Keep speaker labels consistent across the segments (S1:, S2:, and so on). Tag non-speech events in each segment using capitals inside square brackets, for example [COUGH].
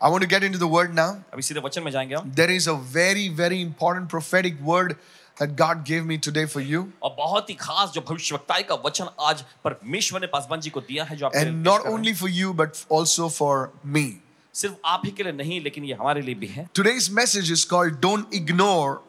S1: I want to get into the word now.
S2: अभी सीधे वचन में जाएंगे हम
S1: There is a very, very important prophetic word that God gave me today for you.
S2: और बहुत ही खास जो भविष्यवक्ताई का वचन आज परमेश्वर ने पासवान जी को दिया है जो आपके लिए
S1: And
S2: पेश
S1: not
S2: कर रहे हैं।
S1: only for you, but also for me.
S2: सिर्फ आप ही के लिए नहीं लेकिन ये हमारे लिए भी है
S1: Today's message is called Don't Ignore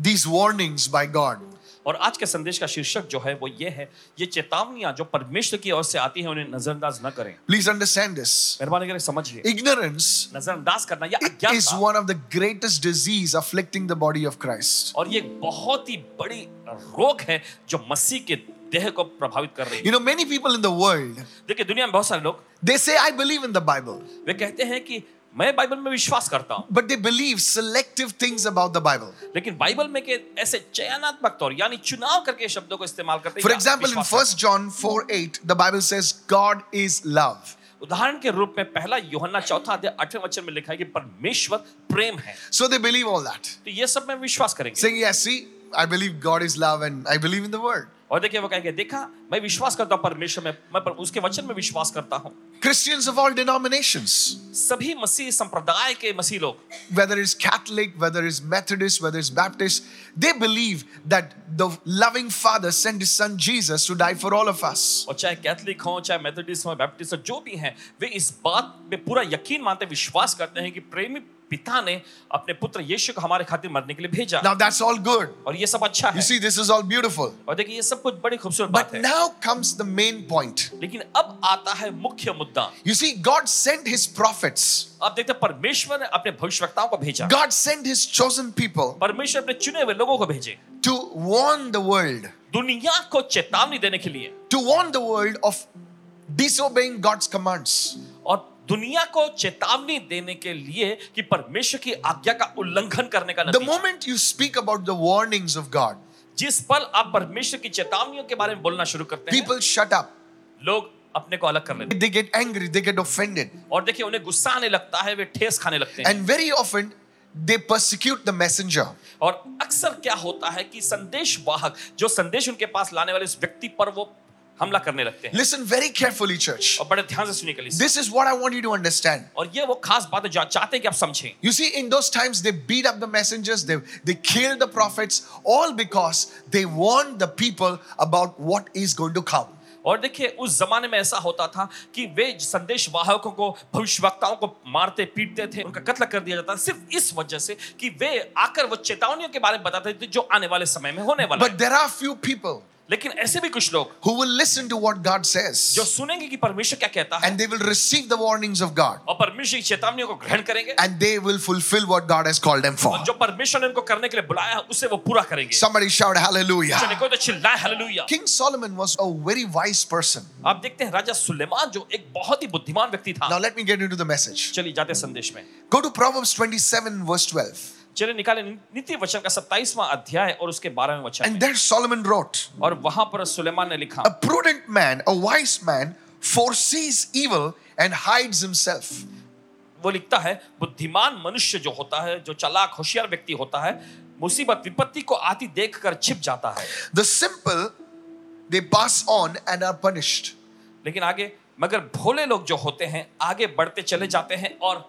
S1: These Warnings by God.
S2: और आज के संदेश का शीर्षक जो है वो ये है ये चेतावनियां जो परमेश्वर की ओर से आती है उन्हें नजरअंदाज न करें
S1: Please understand this.
S2: मेहरबानी करके समझिए
S1: Ignorance
S2: नजरअंदाज करना या
S1: is
S2: अज्ञानता
S1: one of the greatest disease afflicting the body of Christ.
S2: और ये एक बहुत ही बड़ी रोग है जो मसीह के देह को प्रभावित कर रही है
S1: You know, many people in the world,
S2: देखिए दुनिया में बहुत सारे लोग
S1: they say, I believe in the Bible,
S2: वे कहते हैं कि मैं बाइबल में विश्वास करता हूँ
S1: but they believe selective things about the Bible.
S2: लेकिन बाइबल में के ऐसे चयनात्मक तौर यानी चुनाव करके शब्दों को इस्तेमाल करते हैं
S1: For
S2: या
S1: example, in
S2: विश्वास
S1: 1 John 4 8, the Bible says, God is love.
S2: करते हैं। उदाहरण के रूप में पहला योहन्ना चौथा अध्याय आठवें वचन में लिखा है कि परमेश्वर प्रेम है
S1: So they believe all that.
S2: तो ये सब में विश्वास करेंगे
S1: Saying, Yes, see, I believe God is love and I believe in the word.
S2: और देखिए वो कहेंगे देखा मैं विश्वास करता हूँ परमेश्वर में मैं पर उसके वचन में विश्वास करता हूँ
S1: Christians of all denominations,
S2: सभी मसीह संप्रदाय के मसीह लोग
S1: whether it's Catholic, whether it's Methodist, whether it's Baptist, they believe that the loving Father sent his son Jesus to die for all of us.
S2: और चाहे कैथलिक हो चाहे मेथोडिस्ट हो Baptist हो जो भी हैं वे इस बात पे पूरा यकीन मानते विश्वास करते हैं कि प्रेमी पिता ने अपने पुत्र यीशु को हमारे खातिर मरने के लिए भेजा
S1: Now that's all good.
S2: और ये सब अच्छा
S1: You
S2: है
S1: see, this is all beautiful.
S2: और देखिए ये सब कुछ बड़ी खूबसूरत
S1: But
S2: बात है
S1: now comes the main point.
S2: लेकिन अब आता है मुख्य मुद्दा
S1: You see, God sent his prophets,
S2: आप देखते हैं परमेश्वर ने अपने भविष्यवक्ताओं को भेजा
S1: God sent his chosen people
S2: परमेश्वर अपने चुने हुए लोगों को भेजे
S1: to warn the world,
S2: दुनिया को चेतावनी देने के लिए
S1: to warn the world of disobeying God's commands.
S2: और दुनिया को चेतावनी देने के लिए कि परमेश्वर की आज्ञा का उल्लंघन करने का
S1: The
S2: नतीजा
S1: moment you speak about the warnings of God,
S2: जिस पल आप परमेश्वर की चेतावनियों के बारे में बोलना शुरू करते हैं
S1: people shut up.
S2: लोग अपने को अलग कर लेते
S1: They get angry, they get offended.
S2: हैं और देखिए उन्हें गुस्सा आने लगता है वे ठेस खाने लगते हैं
S1: And very often, they persecute the messenger.
S2: और अक्सर क्या होता है कि संदेश वाहक जो संदेश उनके पास लाने वाले उस व्यक्ति पर वो हमला करने लगते हैं
S1: Listen very carefully, church.
S2: और बड़े ध्यान से सुनिए कलिस
S1: This is what I want you to understand.
S2: और ये वो खास बात है जो आप चाहते हैं कि आप समझें
S1: You see, in those times, they beat up the messengers, they, they killed the prophets, all because they warned the people about what is going to come.
S2: और देखिए उस जमाने में ऐसा होता था कि वे संदेश वाहकों को भविष्यवक्ताओं को मारते पीटते थे उनका कत्ल कर दिया जाता था सिर्फ इस वजह से कि वे आकर वो चेतावनियों के बारे में बताते थे जो आने वाले समय में होने वाला है
S1: But there are few people
S2: लेकिन ऐसे भी कुछ लोग
S1: who will listen to what God
S2: जो
S1: says
S2: सुनेंगे कि परमेश्वर क्या कहता है
S1: and they will receive the warnings of God
S2: और परमेश्वर की चेतावनियों को ग्रहण करेंगे
S1: and they will fulfill what God has called them for.
S2: और जो परमेश्वर ने उनको करने के लिए बुलाया है उसे वो पूरा करेंगे
S1: Somebody shout
S2: चलिए,
S1: hallelujah.
S2: कोई तो चिल्लाए hallelujah
S1: King Solomon was a very wise person.
S2: आप देखते हैं राजा सुलेमान जो एक बहुत ही बुद्धिमान व्यक्ति था
S1: Now let me get into the message.
S2: चलिए जाते हैं संदेश में
S1: Go to Proverbs 27, verse 12.
S2: चलिए निकाले नीति वचन का 27वां अध्याय और उसके 12वें वचन
S1: And there Solomon wrote,
S2: और वहां पर सुलेमान ने लिखा
S1: A prudent man, a wise man, foresees evil and hides himself.
S2: वो लिखता है बुद्धिमान मनुष्य जो होता है जो चालाक होशियार व्यक्ति होता है मुसीबत विपत्ति को आती देखकर छिप जाता है
S1: The simple, they pass on and are punished.
S2: लेकिन आगे मगर भोले लोग जो होते हैं आगे बढ़ते चले जाते हैं और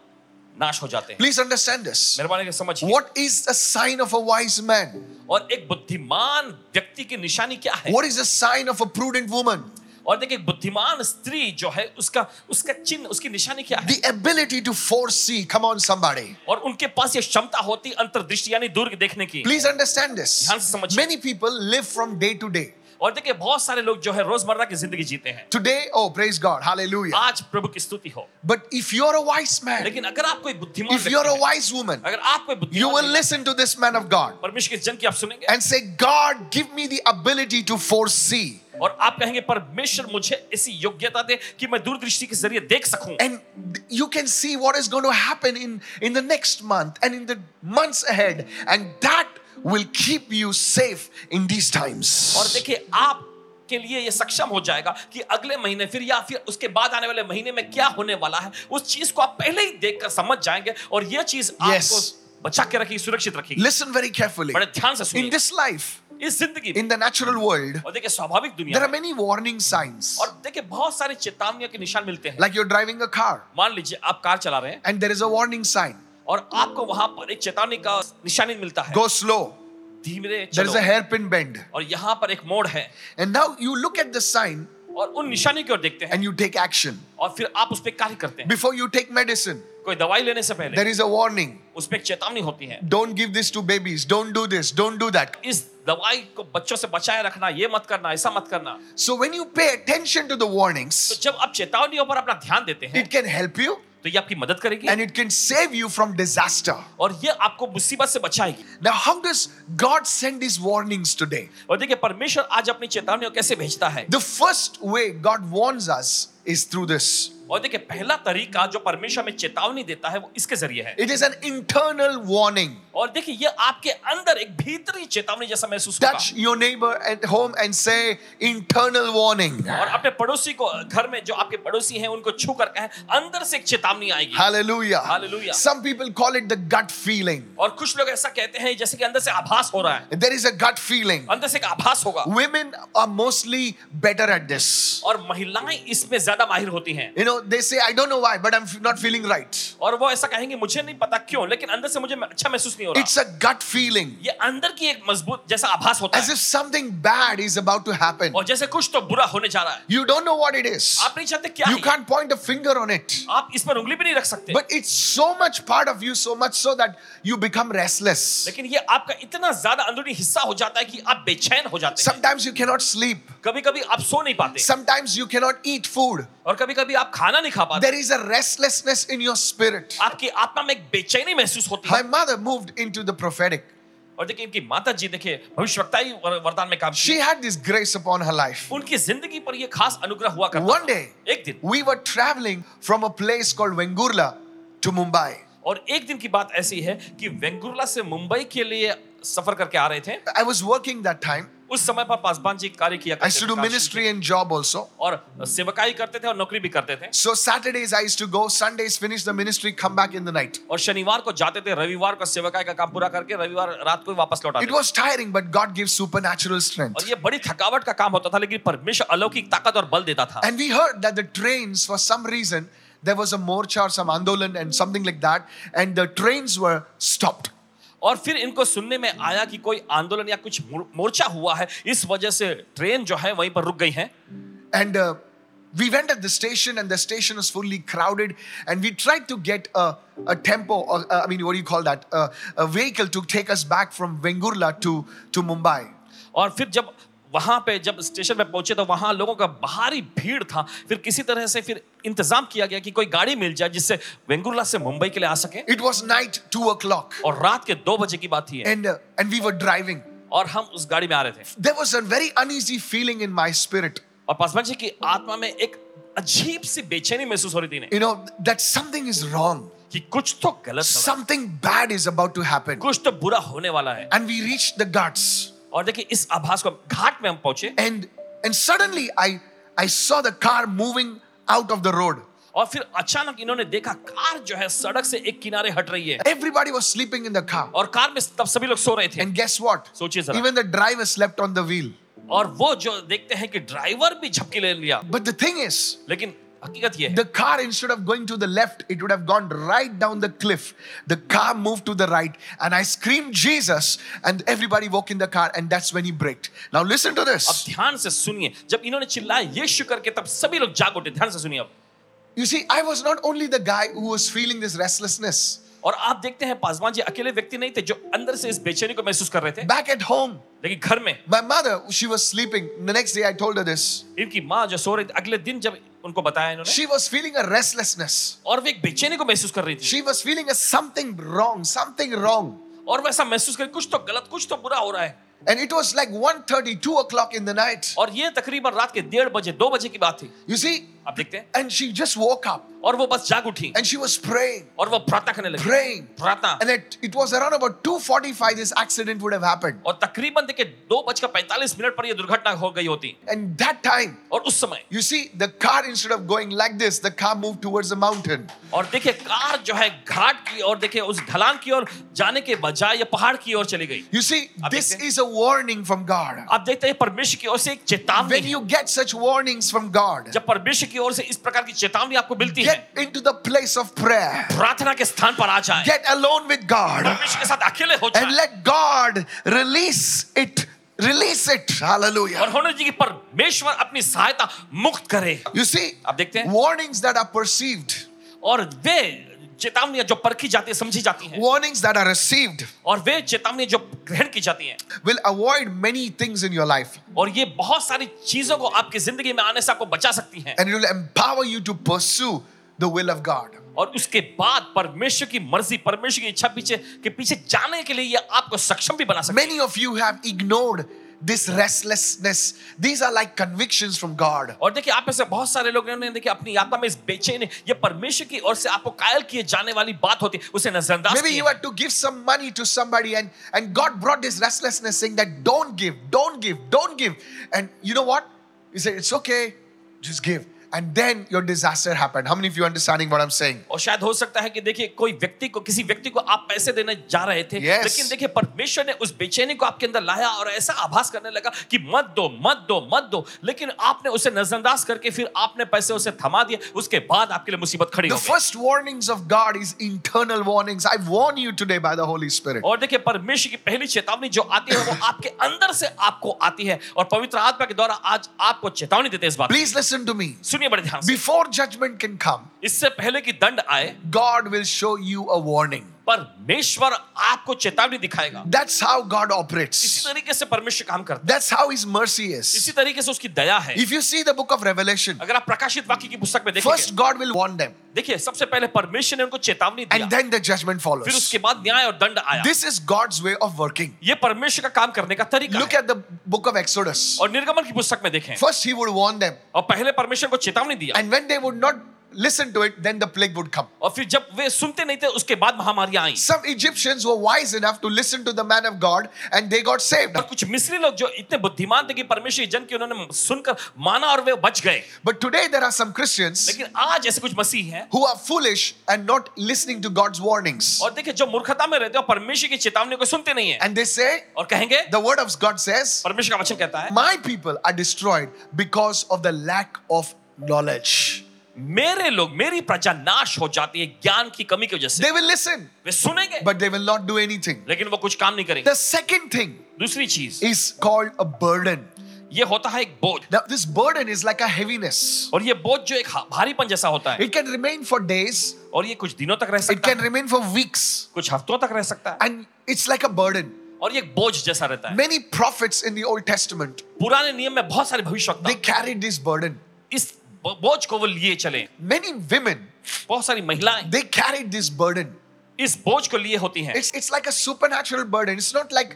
S2: नाश हो जाते हैं
S1: Please understand this.
S2: मेहरबानी के समझिए
S1: What is a sign of a wise man?
S2: और एक बुद्धिमान व्यक्ति की निशानी क्या है
S1: What is a sign of a prudent woman?
S2: और देखिए एक बुद्धिमान स्त्री जो है उसका उसका चिन्ह उसकी निशानी क्या है
S1: The ability to foresee. Come on, somebody.
S2: और उनके पास ये क्षमता होती अंतर्दृष्टि यानी दूर देखने की
S1: Please understand this.
S2: ध्यान से समझिए।
S1: Many people live from day to day.
S2: और देखिए बहुत सारे लोग जो है रोजमर्रा की जिंदगी जीते हैं
S1: Today, oh, praise God. Hallelujah.
S2: आज प्रभु की स्तुति हो
S1: But if you're a wise man,
S2: लेकिन अगर आप कोई बुद्धिमान
S1: if you're
S2: व्यक्ति
S1: a
S2: हैं,
S1: wise woman,
S2: अगर आप कोई
S1: you
S2: बुद्धिमान
S1: will
S2: हैं,
S1: listen to this man of God.
S2: परमेश्वर के जन की आप सुनेंगे
S1: and say, God, give me the ability to foresee.
S2: और आप कहेंगे परमेश्वर मुझे ऐसी योग्यता दे कि मैं दूरदृष्टि के जरिए देख सकूं
S1: And you can see what is going to happen in, in the next month and in the months ahead. And that will keep you safe in these
S2: और
S1: times.
S2: देखिए आप के लिए ये सक्षम हो जाएगा कि अगले महीने फिर या फिर उसके बाद आने वाले महीने में क्या होने वाला है उस चीज को आप पहले ही देखकर समझ जाएंगे और ये चीज
S1: Yes.
S2: आपको बचा के रखेगी सुरक्षित रखेगी
S1: Listen very carefully.
S2: बड़े ध्यान से
S1: In
S2: सुनिए
S1: this life,
S2: इस जिंदगी में
S1: in the natural world,
S2: और देखिए स्वाभाविक दुनिया
S1: there are
S2: में
S1: many warning signs.
S2: और देखिए बहुत सारे चेतावनियों के निशान मिलते हैं
S1: Like you're driving a car
S2: मान लीजिए आप कार चला रहे हैं
S1: and there is a warning sign
S2: और आपको वहां पर एक चेतावनी का निशानी मिलता है
S1: go slow,
S2: धीरे
S1: there is a
S2: चलो
S1: hairpin bend.
S2: और यहाँ पर एक मोड़ है
S1: And now you look at the sign
S2: और उन निशानी की ओर देखते हैं
S1: and you take action.
S2: और फिर आप उस पर कार्य करते हैं
S1: Before you take medicine,
S2: कोई दवाई लेने से पहले
S1: there is a warning
S2: उस पर एक चेतावनी होती है
S1: don't give this to babies, don't do this, don't do that.
S2: इस दवाई को बच्चों से बचाए रखना ये मत करना ऐसा मत करना
S1: So when you pay attention to the
S2: तो
S1: warnings,
S2: जब आप चेतावनियों पर अपना ध्यान देते हैं
S1: it can help you
S2: तो ये आपकी मदद करेगी
S1: and it can save you from disaster.
S2: और ये आपको मुसीबत से बचाएगी
S1: Now, how does God send these warnings today?
S2: और देखिए परमेश्वर आज अपनी चेतावनियों कैसे भेजता है
S1: The first way God warns us is through this
S2: और देखिए पहला तरीका जो परमेश्वर हमें चेतावनी देता है वो इसके जरिए है
S1: it is an internal warning.
S2: और देखिए ये आपके अंदर एक भीतरी चेतावनी जैसा महसूस होगा
S1: Touch your neighbor at home and say, internal warning.
S2: और अपने पड़ोसी को घर में जो आपके पड़ोसी हैं उनको छू कर कहें अंदर से एक चेतावनी आएगी
S1: हाँ। Hallelujah.
S2: Hallelujah.
S1: Some people call it the gut feeling.
S2: और कुछ लोग ऐसा कहते हैं जैसे कि अंदर से आभास हो रहा है
S1: There is a gut feeling.
S2: अंदर से एक आभास होगा
S1: Women are mostly better at this.
S2: और महिलाएं इसमें ज्यादा माहिर होती हैं
S1: You know, they say, I don't know why, but I'm f- not feeling right.
S2: और वो ऐसा कहेंगे मुझे नहीं पता क्यों लेकिन अंदर से मुझे अच्छा महसूस नहीं हो रहा
S1: It's a gut feeling,
S2: ये अंदर की एक मजबूत जैसा आभास होता
S1: as
S2: है
S1: if something bad is about to happen.
S2: और जैसे कुछ तो बुरा होने जा रहा है
S1: You don't know what it is,
S2: आप नहीं चाहते क्या
S1: you
S2: है?
S1: can't point a finger on it.
S2: आप इस पर उंगली भी नहीं रख सकते
S1: But it's so much part of you, so much so that you become restless.
S2: लेकिन ये आपका इतना ज्यादा अंदरूनी हिस्सा हो जाता है कि आप बेचैन हो जाते हैं
S1: Sometimes you cannot sleep,
S2: कभी कभी आप सो नहीं पाते
S1: sometimes you cannot eat food.
S2: और कभी कभी आप खाना नहीं खा पाते
S1: There is a restlessness in your spirit.
S2: आपकी आत्मा में एक बेचैनी महसूस होती
S1: My
S2: है
S1: mother moved into the prophetic.
S2: और देखिए इनकी माता जी देखिए भविष्यवक्ता ही वर- वरदान में काम
S1: She
S2: किए
S1: had this grace upon her life.
S2: उनकी जिंदगी पर ये खास अनुग्रह हुआ करता
S1: One
S2: था।
S1: day,
S2: एक दिन
S1: we were traveling from a place called Vengurla to Mumbai.
S2: और एक दिन की बात ऐसी है कि वेंगुर्ला से मुंबई के लिए सफर करके आ रहे थे
S1: I was working that time.
S2: उस समय पर पासवान जी कार्य किया
S1: I
S2: करते
S1: used to
S2: थे,
S1: do
S2: कार्य
S1: ministry and job also.
S2: और सेवकाई करते थे और नौकरी भी करते थे
S1: So Saturdays I used to go, Sundays finish the ministry, come back in the night.
S2: और शनिवार को जाते थे रविवार को सेवकाई का काम पूरा करके रविवार रात को ही वापस लौट
S1: It
S2: आते थे।
S1: was tiring, but God gives supernatural
S2: और
S1: strength.
S2: ये बड़ी थकावट का काम होता था लेकिन परमेश्वर अलौकिक ताकत और बल देता था
S1: And we heard that the trains, for some reason, there was a morcha or some andolan and something like that, and the trains were stopped.
S2: और फिर इनको सुनने में आया कि कोई आंदोलन या कुछ मोर- मोर्चा हुआ है इस वजह से ट्रेन जो है वहीं पर रुक गई है
S1: And uh, we went at the station, and the station was fully crowded. And we tried to get a, a tempo, or uh, I mean, what do you call that? Uh, a vehicle to take us back from Vengurla to, to Mumbai.
S2: और फिर जब वहां पे जब station पे पहुंचे तो वहां लोगों का भारी भीड़ था फिर किसी तरह से फिर इंतजाम किया गया कि कोई गाड़ी मिल जाए जिससे वेंगुर्ला से मुंबई के लिए आ सके
S1: It was night, two o'clock,
S2: और रात के दो बजे की बात थी ये।
S1: and, uh, and we were driving.
S2: और हम उस गाड़ी में आ रहे थे
S1: There was a very uneasy feeling in my spirit,
S2: और पासवान जी की आत्मा में एक अजीब सी बेचैनी महसूस हो रही थी इन्हें,
S1: you know, that something is wrong,
S2: कि कुछ तो गलत हो रहा है,
S1: something bad is about to happen.
S2: कुछ तो बुरा होने वाला है
S1: And we reached the guts,
S2: और देखिए इस आभास को घाट में हम पहुंचे
S1: and and suddenly I I saw the car moving out of the road.
S2: और फिर अचानक इन्होंने देखा कार जो है सड़क से एक किनारे हट रही है
S1: Everybody was sleeping in the car.
S2: और कार में तब सभी लोग सो रहे थे
S1: And guess what?
S2: सोचिए जरा।
S1: Even the driver slept on the wheel.
S2: और वो जो देखते हैं कि ड्राइवर भी झपकी ले लिया
S1: But the thing is,
S2: लेकिन हकीकत ये है
S1: the car, instead of going to the left, it would have gone right down the cliff. The car moved to the right, and I screamed, Jesus, and everybody woke in the car, and that's when he braked. Now, listen to
S2: अब
S1: this.
S2: ध्यान से सुनिए जब इन्होंने चिल्लाया यीशु करके तब सभी लोग जाग उठे ध्यान से सुनिए अब
S1: You see, I was not only the guy who was feeling this restlessness.
S2: और आप देखते हैं पासवान जी अकेले व्यक्ति नहीं थे जो अंदर से इस बेचैनी को महसूस कर रहे थे
S1: Back at home,
S2: लेकिन घर में
S1: my mother, she was sleeping. The next day, I told her this.
S2: इनकी माँ जो सो रही थी अगले दिन जब उनको बताया इन्होंने
S1: She was feeling a restlessness.
S2: और वे एक बेचैनी को महसूस कर रही थी
S1: She was feeling a something wrong, something wrong.
S2: और वैसा महसूस कर कुछ तो गलत कुछ तो बुरा हो रहा है
S1: And it
S2: Oh.
S1: was like 1:30, 2 o'clock in the night.
S2: और ये तकरीबन रात के डेढ़ बजे दो बजे की बात थी
S1: You see,
S2: आप देखते हैं
S1: And she just woke up
S2: और वो बस जाग उठी
S1: and she was praying,
S2: और वो प्रार्थना करने लगी
S1: praying.
S2: प्रार्थना
S1: And it, it was around about 2.45 this accident would have happened.
S2: और तकरीबन देखिए दो बजकर पैंतालीस मिनट पर यह दुर्घटना हो गई होती
S1: And that time,
S2: और उस समय
S1: you see, the car, instead of going like this, the car moved towards the mountain.
S2: और देखिए कार जो है घाट की और देखिए उस ढलान की ओर जाने के बजाय ये पहाड़ की ओर चली गई
S1: You see,
S2: आप
S1: this
S2: देखते हैं?
S1: is a warning from God.
S2: आप देखते हैं परमेश्वर की ओर से एक चेतावनी
S1: When
S2: है।
S1: you get such warnings from God,
S2: जब परमेश्वर की ओर से इस प्रकार की चेतावनी आपको मिलती है
S1: get into the place of prayer,
S2: प्रार्थना के स्थान पर आ जाए
S1: get alone with God,
S2: परमेश्वर के साथ अकेले हो
S1: and
S2: जाए
S1: let God release it. Release it. Hallelujah.
S2: और होने दीजिए कि परमेश्वर अपनी सहायता मुक्त करे
S1: You see,
S2: आप देखते हैं
S1: warnings that are perceived,
S2: और वे चेतावनियां जो परखी जाती है समझी जाती हैं
S1: warnings that are received,
S2: और वे चेतावनियां जो ग्रहण की जाती हैं
S1: will avoid many things in your life
S2: और ये बहुत सारी चीजों को आपकी जिंदगी में आने से आपको बचा सकती हैं
S1: and it will empower you to pursue the will of God.
S2: और उसके बाद परमेश्वर की मर्जी परमेश्वर की इच्छा पीछे के पीछे जाने के लिए ये आपको सक्षम भी बना सकती है
S1: Many of you have ignored this restlessness. These are like convictions from God.
S2: और देखिए आप में से बहुत सारे लोग ने देखिए अपनी यात्रा में इस बेचैन ये परमेश्वर की ओर से आपको कायल किए जाने वाली बात होती है उसे नजरअंदाज
S1: Maybe
S2: किए
S1: you had to give some money to somebody, and, and God brought this restlessness saying that don't give, don't give, don't give. And you know what? He said, It's okay, just give. And then your disaster happened. How many of you understanding what I'm saying?
S2: और शायद हो सकता है कि देखिए कोई व्यक्ति को किसी व्यक्ति को आप पैसे देने जा रहे थे
S1: Yes.
S2: लेकिन देखिए परमेश्वर ने उस बेचैनी को आपके अंदर लाया और ऐसा आभास करने लगा कि मत दो मत दो मत दो लेकिन आपने उसे नजरअंदाज करके फिर आपने पैसे उसे थमा दिए उसके बाद आपके लिए मुसीबत खड़ी हो
S1: The
S2: गई।
S1: first warnings of God is internal warnings. I warn you today by the Holy Spirit.
S2: और देखिए परमेश्वर की पहली चेतावनी जो आती है वो आपके अंदर से आपको आती है और पवित्र आत्मा के द्वारा आज आपको चेतावनी देते हैं इस बात की।
S1: Please listen to me.
S2: सुनिए बड़े ध्यान से
S1: Before judgment can come,
S2: इससे पहले कि दंड आए
S1: God will show you a warning.
S2: परमेश्वर आपको चेतावनी दिखाएगा
S1: That's how God
S2: इसी
S1: operates.
S2: तरीके से परमेश्वर काम करता है
S1: That's how His mercy
S2: इसी
S1: is.
S2: तरीके से उसकी दया है
S1: If you see the book of Revelation,
S2: अगर आप प्रकाशित वाक्य की पुस्तक में
S1: first
S2: देखेंगे
S1: God will warn them,
S2: देखिए सबसे पहले परमेश्वर ने उनको चेतावनी दिया
S1: and then the judgment
S2: फिर
S1: follows.
S2: उसके बाद न्याय और दंड आया
S1: This is God's way of working.
S2: ये परमेश्वर का काम करने का तरीका
S1: Look
S2: है
S1: at the book of Exodus.
S2: और निर्गमन की पुस्तक में देखें
S1: First, He would warn them,
S2: और पहले परमेश्वर को चेतावनी दिया
S1: and when they would not listen to it, then the plague would come.
S2: और फिर जब वे सुनते नहीं थे उसके बाद महामारियां आई
S1: Some Egyptians were wise enough to listen to the man of God, and they got saved.
S2: और कुछ मिस्री लोग जो इतने बुद्धिमान थे कि परमेश्वर के जन की उन्होंने सुनकर माना और वे बच गए
S1: But today, there are some Christians
S2: लेकिन आज ऐसे कुछ मसीह हैं
S1: who are foolish and not listening to God's warnings.
S2: और देखिए जो मूर्खता में रहते हैं और परमेश्वर की चेतावनी को सुनते नहीं है
S1: And they say,
S2: और कहेंगे
S1: the word of God says,
S2: परमेश्वर का वचन कहता है
S1: My people are destroyed because of the lack of knowledge.
S2: मेरे लोग मेरी प्रजा नाश हो जाती है ज्ञान की कमी की वजह से
S1: They will listen,
S2: वे सुनेंगे
S1: but they will not do anything.
S2: लेकिन वो कुछ काम नहीं करेंगे
S1: The second thing
S2: दूसरी चीज
S1: is called a burden.
S2: ये होता है एक बोझ
S1: Now, this burden is like a heaviness.
S2: और ये बोझ जो एक हा- भारीपन जैसा होता है
S1: It can remain for days,
S2: और ये कुछ दिनों तक रह
S1: it
S2: सकता
S1: can
S2: है
S1: remain for weeks,
S2: कुछ हफ्तों तक रह सकता है
S1: and it's like a burden.
S2: और ये एक बोझ जैसा रहता है
S1: Many prophets in the Old Testament
S2: पुराने नियम में बहुत सारे
S1: they
S2: भविष्य
S1: carried this burden.
S2: इस ब- बोझ को वो लिए चले
S1: Many women
S2: बहुत सारी महिलाएं
S1: they carried this burden.
S2: इस बोझ को लिए होती हैं
S1: It's it's like a supernatural burden. It's not like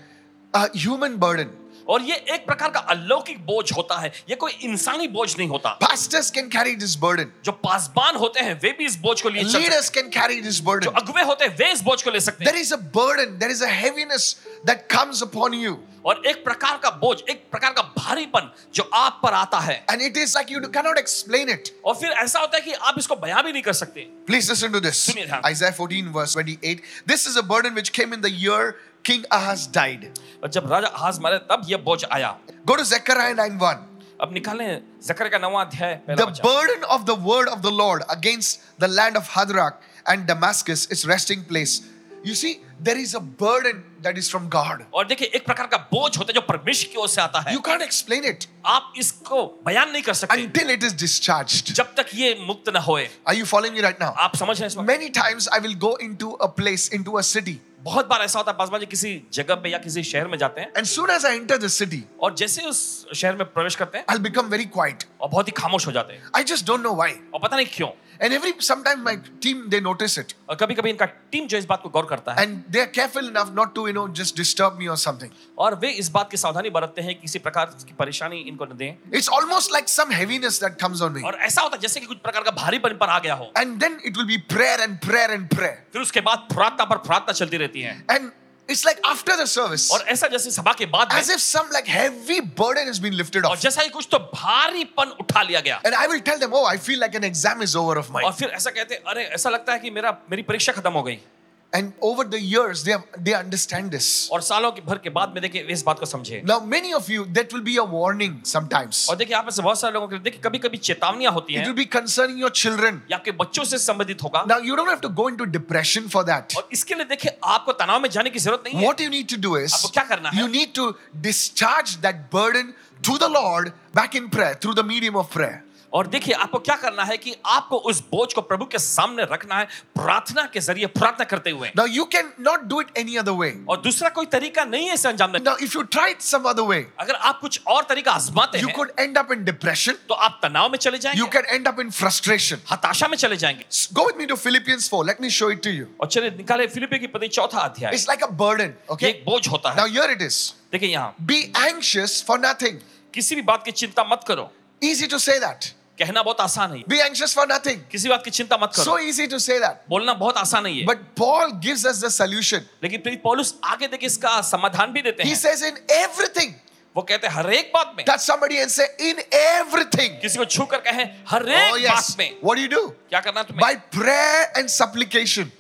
S1: a human burden.
S2: और ये एक प्रकार का अलौकिक बोझ होता है ये कोई इंसानी बोझ नहीं होता
S1: Pastors can carry this burden.
S2: जो पासबान होते हैं वे भी इस बोझ को लिए चल सकते हैं।
S1: Leaders can carry this burden.
S2: जो अगुवे होते हैं वे इस बोझ को ले सकते हैं
S1: There is a burden, there is a heaviness that comes upon you.
S2: और एक प्रकार का बोझ एक प्रकार का भारीपन जो आप पर आता है
S1: And it is like you cannot explain it.
S2: और फिर ऐसा होता है कि आप इसको बयां भी नहीं कर सकते
S1: Please listen to this
S2: सुनिए ध्यान।
S1: Isaiah 14, verse 28. This is a burden which came in the year King Ahaz died.
S2: और जब राजा हाज मारे तब यह बोझ आया
S1: Go to Zechariah 9 1.
S2: अब निकालें जकर का नवा अध्याय पहला
S1: The
S2: वचन।
S1: burden of the word of the Lord against the land of Hadrach and Damascus, its resting place. You see, there is a burden that is from God.
S2: और देखिए एक प्रकार का बोझ होता है जो परमेश्वर की ओर से आता है
S1: You can't explain it
S2: आप इसको बयान नहीं कर सकते
S1: until it is discharged.
S2: जब तक ये मुक्त ना होए
S1: Are you following me right now?
S2: आप समझ रहे हैं इस वक्त?
S1: Many times I will go into a place, into a city,
S2: बहुत बार ऐसा होता है पासवान जी किसी जगह पे या किसी शहर में जाते हैं
S1: and soon as I enter the city,
S2: और जैसे ही उस शहर में प्रवेश करते हैं
S1: I'll become very quiet.
S2: और बहुत ही खामोश हो जाते हैं
S1: I just don't know why.
S2: और पता नहीं क्यों
S1: And every sometimes my team they notice it
S2: और कभी कभी इनका टीम जो है, इस बात को गौर करता है
S1: and they're careful enough not to you know just disturb me or something.
S2: और वे इस बात की सावधानी बरतते हैं कि किसी प्रकार की परेशानी इनको न दें
S1: It's almost like some heaviness that comes on me.
S2: और ऐसा होता है जैसे कि कुछ प्रकार का भारीपन पर आ गया हो
S1: And then it will be prayer and prayer and prayer.
S2: फिर उसके बाद प्रार्थना पर प्रार्थना चलती रहती है
S1: And it's like after the service,
S2: और ऐसा जैसे सभा के बाद में,
S1: as if some like heavy burden has been lifted
S2: और
S1: off.
S2: जैसा ही कुछ तो भारीपन उठा लिया गया
S1: And I will tell them, oh, I feel like an exam is over of mine.
S2: और फिर ऐसा कहते हैं अरे ऐसा लगता है कि मेरा मेरी परीक्षा खत्म हो गई
S1: And over the years, they have, they understand this.
S2: और सालों के भर के बाद में देखिए वे इस बात को समझे
S1: Now, many of you, that will be a warning sometimes.
S2: और देखिए आप में से बहुत सारे लोगों के लिए देखिए कभी कभी चेतावनियां होती
S1: It will
S2: हैं
S1: be concerning your children.
S2: या आपके बच्चों से संबंधित होगा
S1: Now, you don't have to go into depression for that.
S2: और इसके लिए देखिए आपको तनाव में जाने की जरूरत नहीं है
S1: What you need to do is,
S2: आपको क्या करना है?
S1: you need to discharge that burden to the Lord back in prayer through the medium of prayer.
S2: और देखिए आपको क्या करना है कि आपको उस बोझ को प्रभु के सामने रखना है प्रार्थना के जरिए प्रार्थना करते हुए
S1: Now, you can not do it any other way.
S2: और दूसरा कोई तरीका नहीं है इसे अंजाम देने का।
S1: Now, if you try it some other way,
S2: अगर आप कुछ और तरीका आजमाते
S1: you
S2: हैं
S1: could end up in depression.
S2: तो आप तनाव में चले
S1: You
S2: जाएंगे
S1: can end up in frustration.
S2: हताशा में चले जाएंगे
S1: S- Go with me to Philippians 4. Let me show it to you.
S2: और चलिए निकाले फिलिपे की पति चौथा अध्याय
S1: It's like a burden.
S2: ये
S1: Okay.
S2: एक बोझ होता
S1: Now,
S2: है
S1: here it is.
S2: देखिए यहाँ
S1: Be anxious for nothing.
S2: किसी भी बात की चिंता मत करो
S1: Easy to say that.
S2: कहना बहुत आसान है
S1: Be anxious for nothing.
S2: किसी बात की चिंता मत करो
S1: So easy to say that.
S2: बोलना बहुत आसान है ये
S1: But Paul gives us the solution.
S2: लेकिन फिर पौलुस आगे देखिए इसका समाधान भी देते
S1: He
S2: हैं
S1: says, in everything,
S2: वो कहते हैं हर एक बात में
S1: touch somebody and say, in everything.
S2: किसी को छू कर कहें हर
S1: Oh,
S2: एक
S1: yes.
S2: बात में
S1: What do you do?
S2: क्या करना है तुम्हें
S1: By prayer and supplication.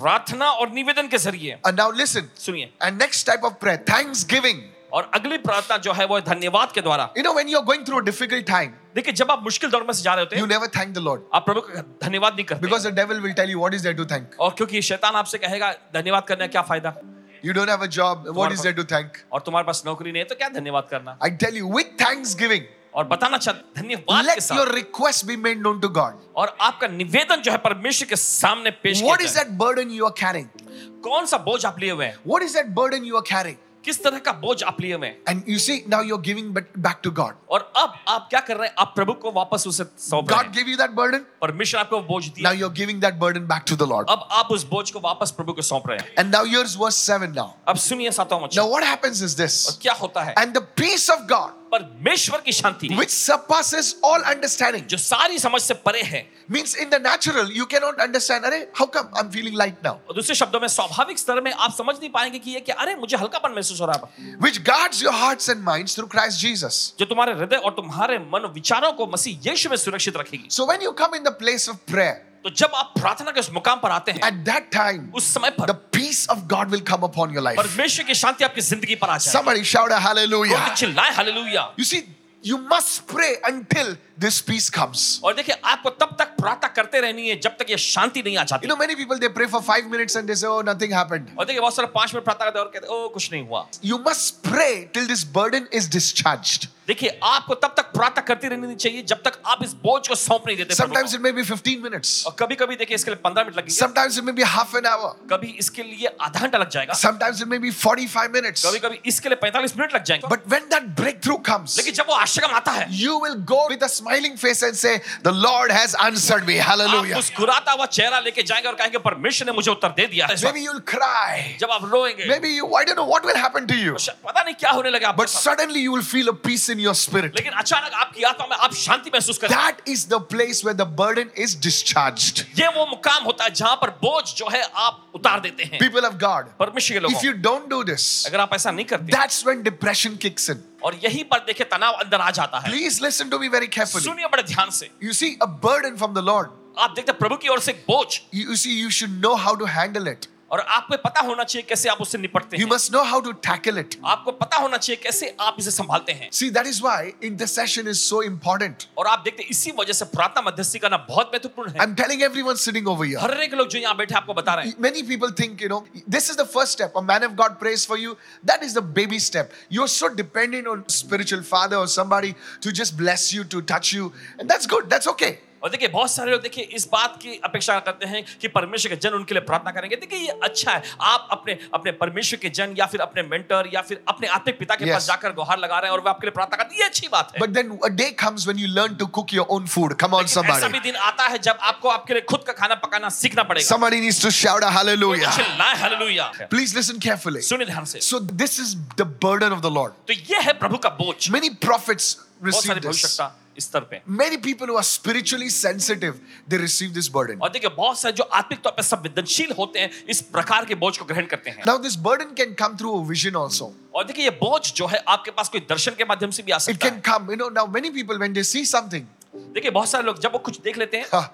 S2: प्रार्थना और निवेदन के जरिए
S1: And now listen.
S2: सुनिए
S1: And next type of prayer, thanksgiving.
S2: और अगली प्रार्थना जो है वो है धन्यवाद के द्वारा
S1: You know, when you're going through a difficult time,
S2: देखिए जब आप मुश्किल दौर में से जा रहे होते
S1: you
S2: हैं
S1: never thank the Lord.
S2: आप प्रभु का धन्यवाद नहीं करते
S1: Because the devil will tell you what is there to thank.
S2: और क्योंकि शैतान आपसे कहेगा धन्यवाद करने का क्या फायदा
S1: You don't have a job. What is there to thank?
S2: और तुम्हारे पास नौकरी नहीं है तो क्या धन्यवाद करना
S1: I tell you, with thanksgiving,
S2: और बताना चाहते धन्यवाद के
S1: let your
S2: साथ
S1: request be made known to God.
S2: और आपका निवेदन जो है परमेश्वर के सामने पेश
S1: What
S2: किया
S1: is that burden you are carrying?
S2: जाए। कौन सा बोझ आप लिए हुए हैं
S1: What is that burden you are carrying?
S2: किस तरह का बोझ आप लिए हुए हैं
S1: And you see, now you're giving but back to God.
S2: और अब आप क्या कर रहे हैं आप प्रभु को वापस उसे सौंप रहे
S1: God
S2: हैं
S1: gave you that burden.
S2: परमेश्वर आपको बोझ
S1: Now
S2: दिया
S1: you're giving that burden back to the Lord.
S2: अब आप उस बोझ को वापस प्रभु को सौंप रहे हैं
S1: And now here's verse 7 now.
S2: अब सुनिए सातवां
S1: Now
S2: वचन
S1: what happens is
S2: और
S1: this.
S2: क्या होता है
S1: And the peace of God,
S2: परमेश्वर की शांति
S1: which surpasses all understanding,
S2: जो सारी समझ से परे है
S1: means in the natural, you cannot understand. Arey, how come I'm feeling light now?
S2: और दूसरे शब्दों में स्वाभाविक स्तर में आप समझ नहीं पाएंगे कि ये क्या अरे मुझे हल्कापन महसूस हो रहा है
S1: Which guards your hearts and minds through Christ Jesus.
S2: जो तुम्हारे हृदय और तुम्हारे मन विचारों को मसीह यीशु में सुरक्षित रखेगी
S1: So when you come in the place of prayer,
S2: तो जब आप प्रार्थना के उस मुकाम पर आते हैं
S1: at that time,
S2: उस समय
S1: the
S2: पर
S1: peace of God will come upon your life.
S2: परमेश्वर की शांति आपकी जिंदगी पर आ जाए
S1: Somebody shout a hallelujah.
S2: चिल्लाए hallelujah
S1: You see, you must pray until this peace comes.
S2: और देखिए आपको तब तक प्रार्थना करते रहनी है जब तक ये शांति नहीं आ
S1: You
S2: जाती
S1: know, many people they pray for five minutes and they say, Oh, nothing happened.
S2: और देखिए बहुत सारे पांच मिनट प्रार्थना करते हैं और कहते हैं, ओ कुछ नहीं हुआ
S1: You must pray till this burden is discharged.
S2: देखिए आपको तब तक प्रार्थना करती रहनी चाहिए जब तक आप इस बोझ को सौंप नहीं देते प्रभु
S1: Sometimes
S2: को।
S1: it may be 15 minutes,
S2: और कभी कभी देखिए इसके लिए पंद्रह मिनट लगेंगे
S1: sometimes it may be half an hour,
S2: कभी इसके लिए आधा घंटा लग
S1: Ah.
S2: जाएगा
S1: sometimes it may be 45 minutes.
S2: कभी कभी इसके लिए 45 मिनट लग जाएंगे
S1: But when that breakthrough
S2: लेकिन
S1: comes,
S2: जब वो आश्रम आता है
S1: you will go with a smiling face and say, The Lord has answered me.
S2: आप
S1: Hallelujah.
S2: मुस्कुराता हुआ चेहरा लेके जाएंगे और कहेंगे परमेश्वर ने मुझे उत्तर दे दिया है इस
S1: Maybe you'll cry.
S2: वक्त जब आप रोएंगे
S1: Maybe you, I don't know what will happen to you.
S2: शायद पता नहीं क्या होने लगा आपके
S1: But
S2: साथ।
S1: suddenly you will feel a peace in your spirit.
S2: लेकिन अचानक आपकी आत्मा में आप शांति महसूस करते हैं।
S1: That is the place where the burden is discharged.
S2: ये वो मुकाम होता है जहां पर बोझ जो है आप उतार देते हैं
S1: People of God,
S2: परमेश्वर के
S1: if
S2: लोगों
S1: you don't do this,
S2: अगर आप ऐसा नहीं करते
S1: that's when depression kicks in.
S2: और यही पर देखिए तनाव अंदर आ जाता है
S1: Please listen to me very carefully.
S2: सुनिए बड़े ध्यान से
S1: You see, a burden from the Lord,
S2: आप देखते हैं प्रभु की ओर से एक बोझ
S1: you, you see, you should know how to handle it.
S2: और आपको पता होना चाहिए कैसे आप उससे निपटते
S1: You
S2: हैं
S1: must know how to tackle it.
S2: आपको पता होना चाहिए कैसे आप इसे संभालते हैं
S1: See, that is why intercession is so important.
S2: और आप देखते हैं, इसी वजह से प्रार्थना मध्यस्थी करना बहुत महत्वपूर्ण है
S1: I'm telling everyone sitting over here.
S2: हर एक लोग जो यहाँ बैठे हैं, आपको बता रहे हैं
S1: Many people think, you know, this is the first step. A man of God prays for you. That is the baby step. You're so dependent on spiritual father or somebody to just bless you, to touch you. And that's good. That's okay.
S2: और देखिए बहुत सारे लोग देखिए इस बात की अपेक्षा करते हैं कि परमेश्वर के जन उनके लिए प्रार्थना करेंगे देखिए ये अच्छा है आप अपने अपने परमेश्वर के जन या फिर अपने मेंटर या फिर अपने आत्मिक पिता के
S1: Yes.
S2: पास जाकर गुहार लगा रहे हैं और वे आपके लिए प्रार्थना करते हैं ये अच्छी बात है
S1: But then a day comes when you learn to cook your own food. Come on,
S2: लेकिन ऐसा भी
S1: somebody.
S2: दिन आता है जब आपको आपके लिए खुद का खाना पकाना सीखना पड़ेगा
S1: Somebody needs to shout a hallelujah.
S2: चिल्लाए हालेलुया
S1: Please listen carefully.
S2: सुनिए ध्यान से
S1: So, this is the burden of the Lord.
S2: तो ये है प्रभु का बोझ
S1: Many prophets
S2: बहुत
S1: receive
S2: सारे
S1: this.
S2: भविष्यता स्तर पे
S1: Many people who are spiritually sensitive, they receive this burden.
S2: और देखिए बहुत सारे जो आत्मिक तौर पर संवेदनशील होते हैं इस प्रकार के बोझ को ग्रहण करते हैं
S1: Now, this burden can come through a vision also.
S2: और देखिए ये बोझ जो है आपके पास कोई दर्शन के माध्यम से भी आ
S1: It
S2: सकता
S1: can come, you know, now many people, when they see something,
S2: है देखिए बहुत सारे लोग जब वो कुछ देख लेते हैं
S1: huh,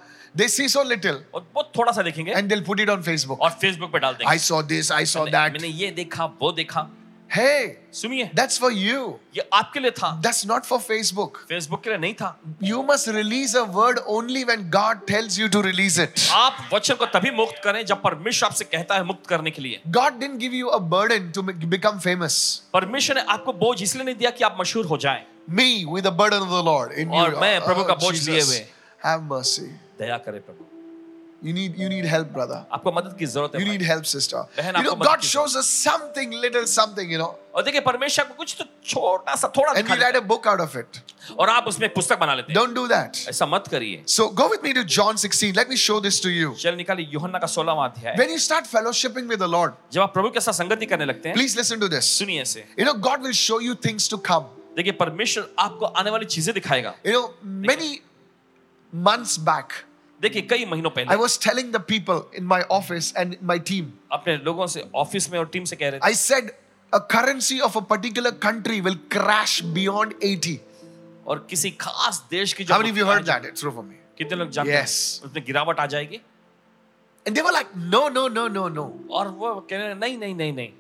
S1: they see so little
S2: और वो थोड़ा सा देखेंगे
S1: and they'll put it on Facebook.
S2: और फेसबुक पे डाल देंगे
S1: I saw this, I saw
S2: मैंने-
S1: that.
S2: मैंने ये देखा वो देखा
S1: Hey,
S2: सुनिए
S1: that's for you.
S2: ये आपके लिए था
S1: That's not for Facebook.
S2: Facebook के लिए नहीं था
S1: You must release a word only when God tells you to release it.
S2: आप वचन को तभी मुक्त करें जब परमेश्वर आपसे कहता है मुक्त करने के लिए
S1: God didn't give you a burden to make- become famous.
S2: परमेश्वर ने आपको बोझ इसलिए नहीं दिया कि आप मशहूर हो जाएं
S1: Me with the burden of the Lord in
S2: और
S1: you. Oh,
S2: मैं प्रभु का बोझ लिए
S1: Jesus,
S2: हुए।
S1: have mercy.
S2: दया करें प्रभु
S1: You need you need help, brother.
S2: आपको मदद की जरूरत है
S1: You need
S2: भाई।
S1: help, sister.
S2: बहन,
S1: You know,
S2: आपको मदद
S1: God
S2: की
S1: shows us something, little something, you know,
S2: और देखिए परमेश्वर आपको कुछ तो छोटा सा थोड़ा
S1: and
S2: दिखा
S1: we
S2: देता
S1: write a book out of it.
S2: है। और आप उसमें पुस्तक बना लेते हैं
S1: Don't do that.
S2: ऐसा मत करिए
S1: So go with me to John 16. Let me show this to you.
S2: चल निकालिए यूहन्ना का सोलहवां अध्याय
S1: When you start fellowshipping with the Lord,
S2: जब आप प्रभु के साथ संगति करने लगते हैं
S1: please listen to this.
S2: सुनिए इसे
S1: You know, God will show you things to come.
S2: देखिए परमेश्वर आपको आने वाली चीजें दिखाएगा
S1: You know, many months back,
S2: देखिए कई महीनों
S1: I
S2: पहले
S1: was telling the people in my office and my team,
S2: अपने लोगों से ऑफिस में और टीम से कह रहे थे
S1: I said a currency of a particular country will crash beyond 80.
S2: और किसी खास देश की
S1: How many of you heard
S2: मुद्रा है,
S1: that? It's true for me.
S2: कितने लोग जानते हैं
S1: Yes.
S2: उसमें गिरावट आ जाएगी
S1: And they were like, no, no, no, no, no.
S2: और वो कह रहे हैं, नहीं नहीं नहीं नहीं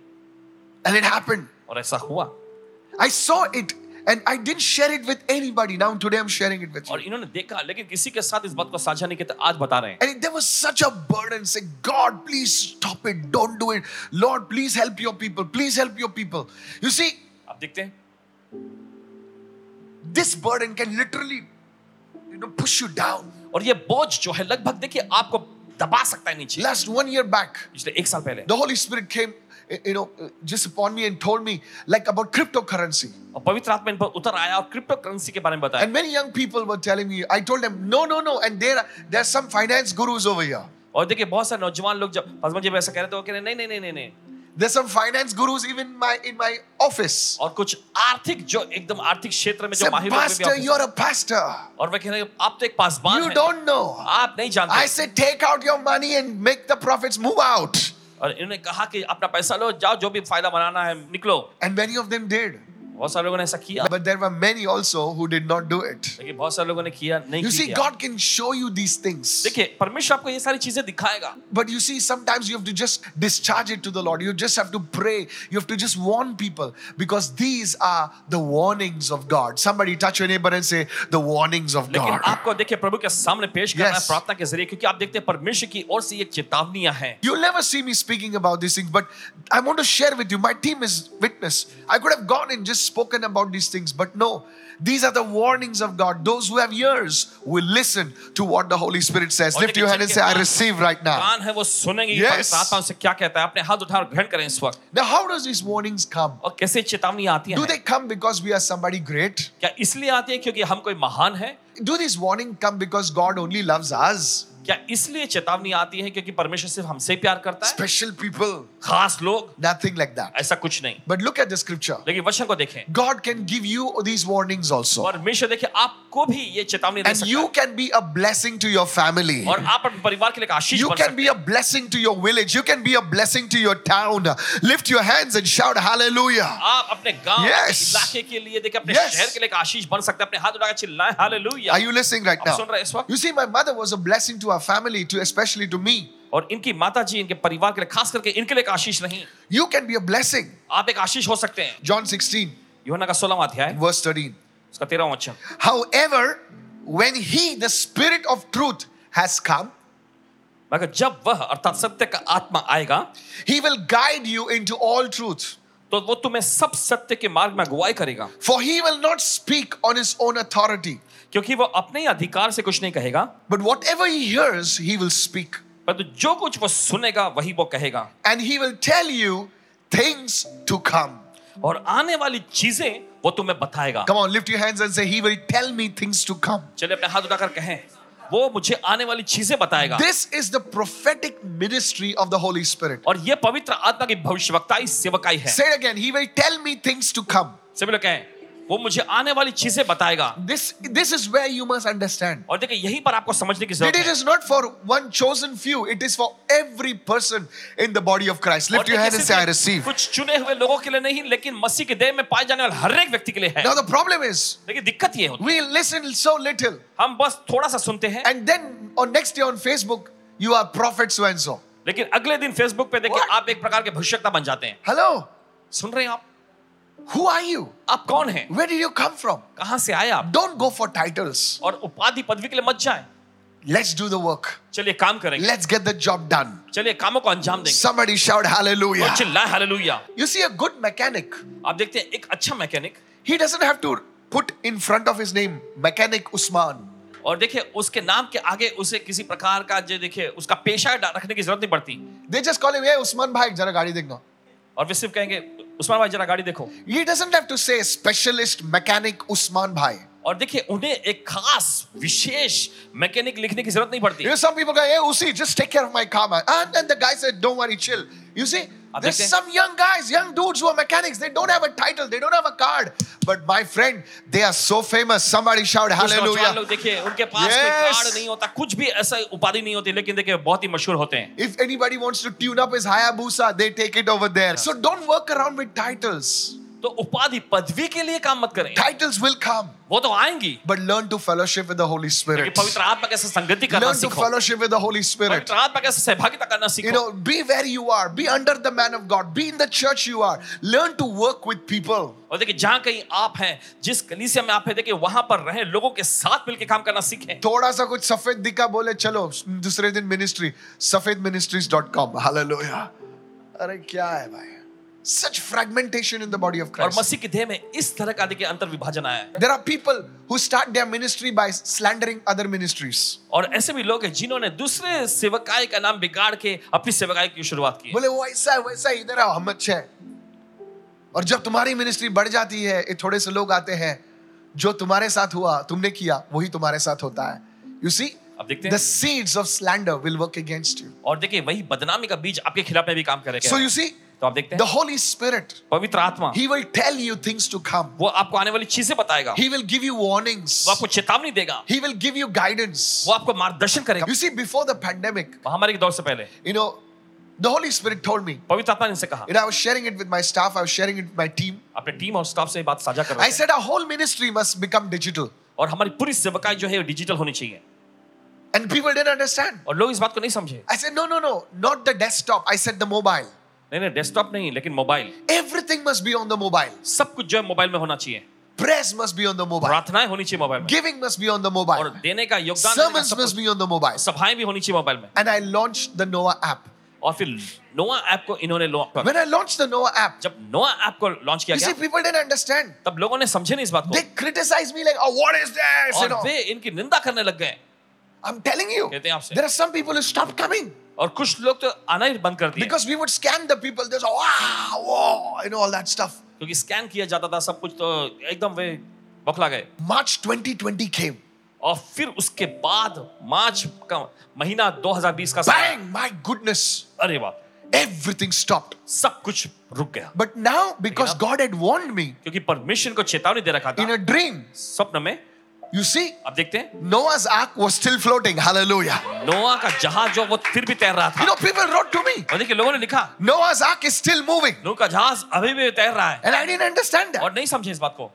S1: And it happened.
S2: और ऐसा हुआ
S1: I saw it and I didn't share it with anybody. Now today I'm sharing it with you.
S2: और इन्होंने देखा लेकिन किसी के साथ इस बात को साझा नहीं किया तो आज बता रहे हैं
S1: And there was such a burden saying, God, please stop it. Don't do it. Lord, please help your people. Please help your people. You see,
S2: आप देखते हैं
S1: this burden can literally, you know, push you down.
S2: और ये बोझ जो है लगभग देखिए आपको दबा सकता है नीचे
S1: Last one year back,
S2: पिछले एक साल पहले
S1: the Holy Spirit came, eh, you know, just upon me and told me like about cryptocurrency.
S2: और पवित्र आत्मा इन पर उतर आया और क्रिप्टो करेंसी के बारे में बताया
S1: And many young people were telling me, I told them, no, no, no. And there are, there are some finance gurus over here.
S2: और देखिए बहुत सारे नौजवान लोग जब हसबैंड जब ऐसा कह रहे थे वो कह रहे नहीं नहीं नहीं नहीं नहीं
S1: There's some finance gurus even in my in my office.
S2: और कुछ आर्थिक जो एकदम आर्थिक क्षेत्र में
S1: Say,
S2: जो माहिर लोग भी
S1: Pastor,
S2: आप-
S1: you're a pastor.
S2: और वे कह रहे हैं, आप तो एक पासवान
S1: You
S2: हैं
S1: don't know.
S2: आप नहीं जानते
S1: I said, take out your money and make the profits move out.
S2: और इन्होंने कहा कि अपना पैसा लो जाओ जो भी फायदा बनाना है निकलो
S1: And many of them did.
S2: बहुत सारे लोगों ने ऐसा किया
S1: But there were many also who did not do it.
S2: लेकिन बहुत सारे लोगों ने किया नहीं
S1: You see,
S2: किया
S1: God can show you these things.
S2: देखिए परमेश्वर आपको ये सारी चीजें दिखाएगा
S1: But you see, sometimes you have to just discharge it to the Lord. You just have to pray. You have to just warn people because these are the warnings of God. Somebody touch your neighbor and say, The warnings of
S2: लेकिन
S1: God.
S2: आपको देखिए प्रभु के सामने पेश करना
S1: Yes.
S2: है प्रार्थना के जरिए क्योंकि आप देखते हैं परमेश्वर की ओर से ये चेतावनियां हैं
S1: You'll never see me speaking about these things, but I want to share with you. My team is witness. I could have gone and just spoken about these things, but no. These are the warnings of God. Those who have ears will listen to what the Holy Spirit says.
S2: और
S1: Lift your
S2: देखिए,
S1: hand and
S2: जिनके
S1: say, I
S2: पास
S1: receive right now.
S2: कान है वो सुनेंगे कि
S1: हाँ। Yes.
S2: पवित्र आत्मा उनसे क्या कहता है अपने हाथ उठा और ग्रहण करें इस वक्त
S1: Now, how does these warnings come?
S2: और कैसे चेतावनी आती
S1: Do
S2: है
S1: they come because we are somebody great?
S2: क्या इसलिए आती है क्योंकि हम कोई महान है
S1: Do these warnings come because God only loves us?
S2: क्या इसलिए चेतावनी आती है क्योंकि परमेश्वर सिर्फ हमसे ही प्यार करता है
S1: Special people?
S2: खास लोग
S1: Nothing like that.
S2: ऐसा कुछ नहीं
S1: But look at the scripture.
S2: लेकिन वचन को देखें
S1: God can give you these warnings also.
S2: परमेश्वर देखिए आपको भी ये चेतावनी दे
S1: And
S2: सकता
S1: you
S2: है
S1: can be a blessing to your family.
S2: और आप अपने परिवार के लिए एक आशीष
S1: You
S2: बन
S1: can
S2: सकते
S1: be a blessing to your village. You can be a blessing to your town. Lift your hands and shout hallelujah.
S2: हैं। आप अपने गांव अपने
S1: Yes.
S2: इलाके के लिए देखिए अपने
S1: Yes.
S2: शहर के लिए एक आशीष बन सकते हैं अपने हाथ उठाकर चिल्लाएं hallelujah
S1: Are you listening right
S2: आप सुन
S1: now?
S2: रहे हैं इस वक्त
S1: You see, my mother was a blessing to our family, to especially to me.
S2: और इनकी माता जी इनके परिवार के लिए खास करके इनके लिए एक आशीष नहीं
S1: You can be a blessing.
S2: आप एक आशीष हो सकते हैं
S1: John 16,
S2: योहना का सोलहवा अध्याय
S1: verse 13.
S2: उसका तेरहवा वचन
S1: However, when he, the spirit of truth, has come,
S2: मगर जब वह अर्थात सत्य का आत्मा आएगा
S1: he will guide you into all truth.
S2: तो वो तुम्हें सब सत्य के मार्ग में अगुवाई करेगा
S1: For he will not speak on his own authority,
S2: क्योंकि वो अपने ही अधिकार से कुछ नहीं कहेगा
S1: But whatever he hears, he will speak.
S2: परंतु जो कुछ वो सुनेगा वही वो कहेगा
S1: And he will tell you things to come.
S2: और आने वाली चीजें वो तुम्हें बताएगा
S1: Come on, lift your hands and say, He will tell me things to come.
S2: चलिए अपने हाथ उठाकर कहें वो मुझे आने वाली चीजें बताएगा
S1: This is the prophetic ministry of the Holy Spirit.
S2: और ये पवित्र आत्मा की भविष्यवक्ताई सेवकाई है
S1: Say it again, He will tell me things to come.
S2: सभी लोग कहें वो मुझे आने वाली चीजें बताएगा
S1: This, this is where you must understand.
S2: और देखिए यहीं पर आपको समझने की
S1: That
S2: जरूरत
S1: it
S2: है
S1: is not for one chosen few, it is for every person in the body of Christ.
S2: और
S1: Lift your
S2: देखिए,
S1: hand and say, I
S2: सिर्फ
S1: receive.
S2: कुछ चुने हुए लोगों के लिए नहीं लेकिन मसीह के देह में पाए जाने वाले हर एक व्यक्ति के लिए है
S1: Now, the problem is,
S2: लेकिन दिक्कत ये होती
S1: we listen so little,
S2: है हम बस थोड़ा सा सुनते हैं
S1: and then on next day on Facebook, you are prophet so and so.
S2: लेकिन अगले दिन फेसबुक पे देखिए आप एक प्रकार के भविष्यता बन जाते हैं
S1: Hello,
S2: सुन रहे हैं आप
S1: who are you?
S2: आप कौन हैं
S1: Where did you come from?
S2: कहाँ से आए आप
S1: Don't go for titles.
S2: और उपाधि पदवी के लिए मत जाए
S1: Let's do the work.
S2: चलिए काम करेंगे
S1: Let's get the job done.
S2: चलिए कामों को अंजाम देंगे
S1: Somebody shout hallelujah.
S2: और चिल्लाए hallelujah
S1: You see, a good mechanic,
S2: आप देखते हैं एक अच्छा mechanic
S1: he doesn't have to put in front of his name Mechanic Usman.
S2: और देखिए उसके नाम के आगे उसे किसी प्रकार का जो देखिए उसका पेशा डा- रखने की जरूरत नहीं पड़ती
S1: They just call him, hey, Usman Bhai, जरा गाड़ी देखना.
S2: और वे सिर्फ कहेंगे उस्मान भाई जरा गाड़ी देखो
S1: He doesn't have to say specialist mechanic Usman Bhai.
S2: और देखिए उन्हें एक खास विशेष मैकेनिक लिखने की जरूरत नहीं पड़ती
S1: You know, some people go, hey, Usi, just take care of my car, man. And then the guy said, don't worry, chill. You see,
S2: आप
S1: there's
S2: देखते हैं?
S1: some young guys, young dudes who are mechanics. They don't have a title, they don't have a card. But my friend, they are so famous. Somebody shout
S2: कुछ नौजवान
S1: hallelujah.
S2: लोग देखिए उनके पास कोई
S1: Yes.
S2: Card नहीं होता कुछ भी ऐसा उपाधि नहीं होती लेकिन देखिए बहुत ही मशहूर होते हैं
S1: If anybody wants to tune up his Hayabusa, they take it over there. So don't work around with titles.
S2: तो उपाधि पदवी के लिए काम मत करें
S1: Titles will come,
S2: वो तो आएंगी
S1: but learn to fellowship with the Holy
S2: कि
S1: Spirit.
S2: पवित्र आत्मा के साथ संगति करना
S1: Learn to
S2: सीखो
S1: fellowship with the Holy Spirit.
S2: पवित्र आत्मा के साथ सहभागिता करना
S1: You
S2: सीखो
S1: know, be where you are, be under the man of God, be in the church you are. Learn to work with people.
S2: और देखिए जहाँ कहीं आप हैं जिस कलीसिया में आप हैं देखिए वहां पर रहें लोगों के साथ मिलकर काम करना सीखें
S1: थोड़ा सा कुछ सफेद दिखा बोले चलो दूसरे दिन मिनिस्ट्री सफेद मिनिस्ट्रीज डॉट कॉम अरे क्या है भाई सच fragmentation in the body of
S2: और
S1: क्राइस्ट
S2: मसीह के देह में इस तरह का देखिए अंतर विभाजन आया है
S1: There are people who start their ministry by slandering other ministries.
S2: और ऐसे भी लोग हैं जिन्होंने दूसरे सेवकाई का नाम बिगाड़ के अपनी सेवकाई की शुरुआत की है।
S1: बोले वो ऐसा है वैसा है इधर आओ हम अच्छे हैं और जब तुम्हारी मिनिस्ट्री बढ़ जाती है ये थोड़े से लोग आते हैं जो तुम्हारे साथ हुआ तुमने किया वही तुम्हारे साथ होता है यू सी
S2: अब देखते
S1: द
S2: हैं
S1: seeds of slander will work against you
S2: और देखिए वही बदनामी का बीज आपके खिलाफ में भी काम करेगा
S1: सो यू सी
S2: तो आप देखते
S1: द
S2: हैं
S1: होली स्पिरिट
S2: पवित्र आत्मा
S1: he will tell you things to come
S2: वो आपको आने वाली चीजें बताएगा
S1: He will give you warnings.
S2: वो आपको चेतावनी देगा
S1: He will give you guidance.
S2: वो आपको मार्गदर्शन करेगा
S1: You see, before the pandemic,
S2: महामारी के दौर से पहले
S1: you know, the Holy Spirit told me,
S2: पवित्र आत्मा ने इनसे कहा
S1: and I was sharing it with my staff, I was sharing it with my team.
S2: अपने टीम और स्टाफ से ये बात साझा कर रहे
S1: I
S2: हैं
S1: said, Our whole ministry must become digital.
S2: और हमारी पूरी सेवकाई जो है डिजिटल होनी चाहिए
S1: And people didn't understand.
S2: और लोग इस बात को नहीं समझे
S1: I said, No, no, no, not the desktop. I said, The mobile.
S2: नहीं नहीं डेस्कटॉप नहीं लेकिन mobile
S1: Everything must be on the mobile.
S2: सब कुछ जो है मोबाइल में होना चाहिए
S1: Prayers must be on the mobile.
S2: प्रार्थनाएं होनी चाहिए मोबाइल में
S1: Giving must be on the
S2: और
S1: mobile.
S2: देने का योगदान देने का
S1: Sermons
S2: सब
S1: must
S2: कुछ-
S1: be on the mobile.
S2: सभाएं भी होनी चाहिए मोबाइल में
S1: And I launched the Noah app.
S2: और फिर नोआ ऐप को इन्होंने लॉन्च कर
S1: When I launched the Noah app,
S2: जब नोआ ऐप को लॉन्च किया
S1: you see,
S2: गया
S1: people didn't understand.
S2: तब लोगों ने समझे नहीं इस बात
S1: They
S2: को
S1: criticize me like, oh, what is this? You
S2: और
S1: know,
S2: वे इनकी निंदा करने लग गए
S1: I'm telling you,
S2: कहते हैं आपसे।
S1: there are some people who stopped coming
S2: और कुछ लोग तो आना ही बंद कर दिए
S1: because we would scan the people. There's wow, wow, you know, all that stuff.
S2: क्योंकि स्कैन किया जाता था सब कुछ तो एकदम वे बौखला गए
S1: March 2020 came.
S2: और फिर उसके बाद मार्च का महीना 2020 का समय
S1: Bang! My goodness,
S2: अरे वाह
S1: everything stopped.
S2: सब कुछ रुक गया
S1: But now, because
S2: up.
S1: God had warned me
S2: क्योंकि परमिशन को चेतावनी दे रखा
S1: in
S2: था
S1: a dream,
S2: स्वप्न में
S1: you see,
S2: अब देखते हैं
S1: Noah's ark was still floating. Hallelujah.
S2: नोआ का जहाज जो वो फिर भी तैर रहा
S1: You
S2: था
S1: know, people wrote to me,
S2: और देखिए लोगों ने लिखा
S1: Noah's ark is still moving.
S2: नोआ का जहाज अभी भी तैर रहा है
S1: And I didn't understand that.
S2: और नहीं समझे इस बात को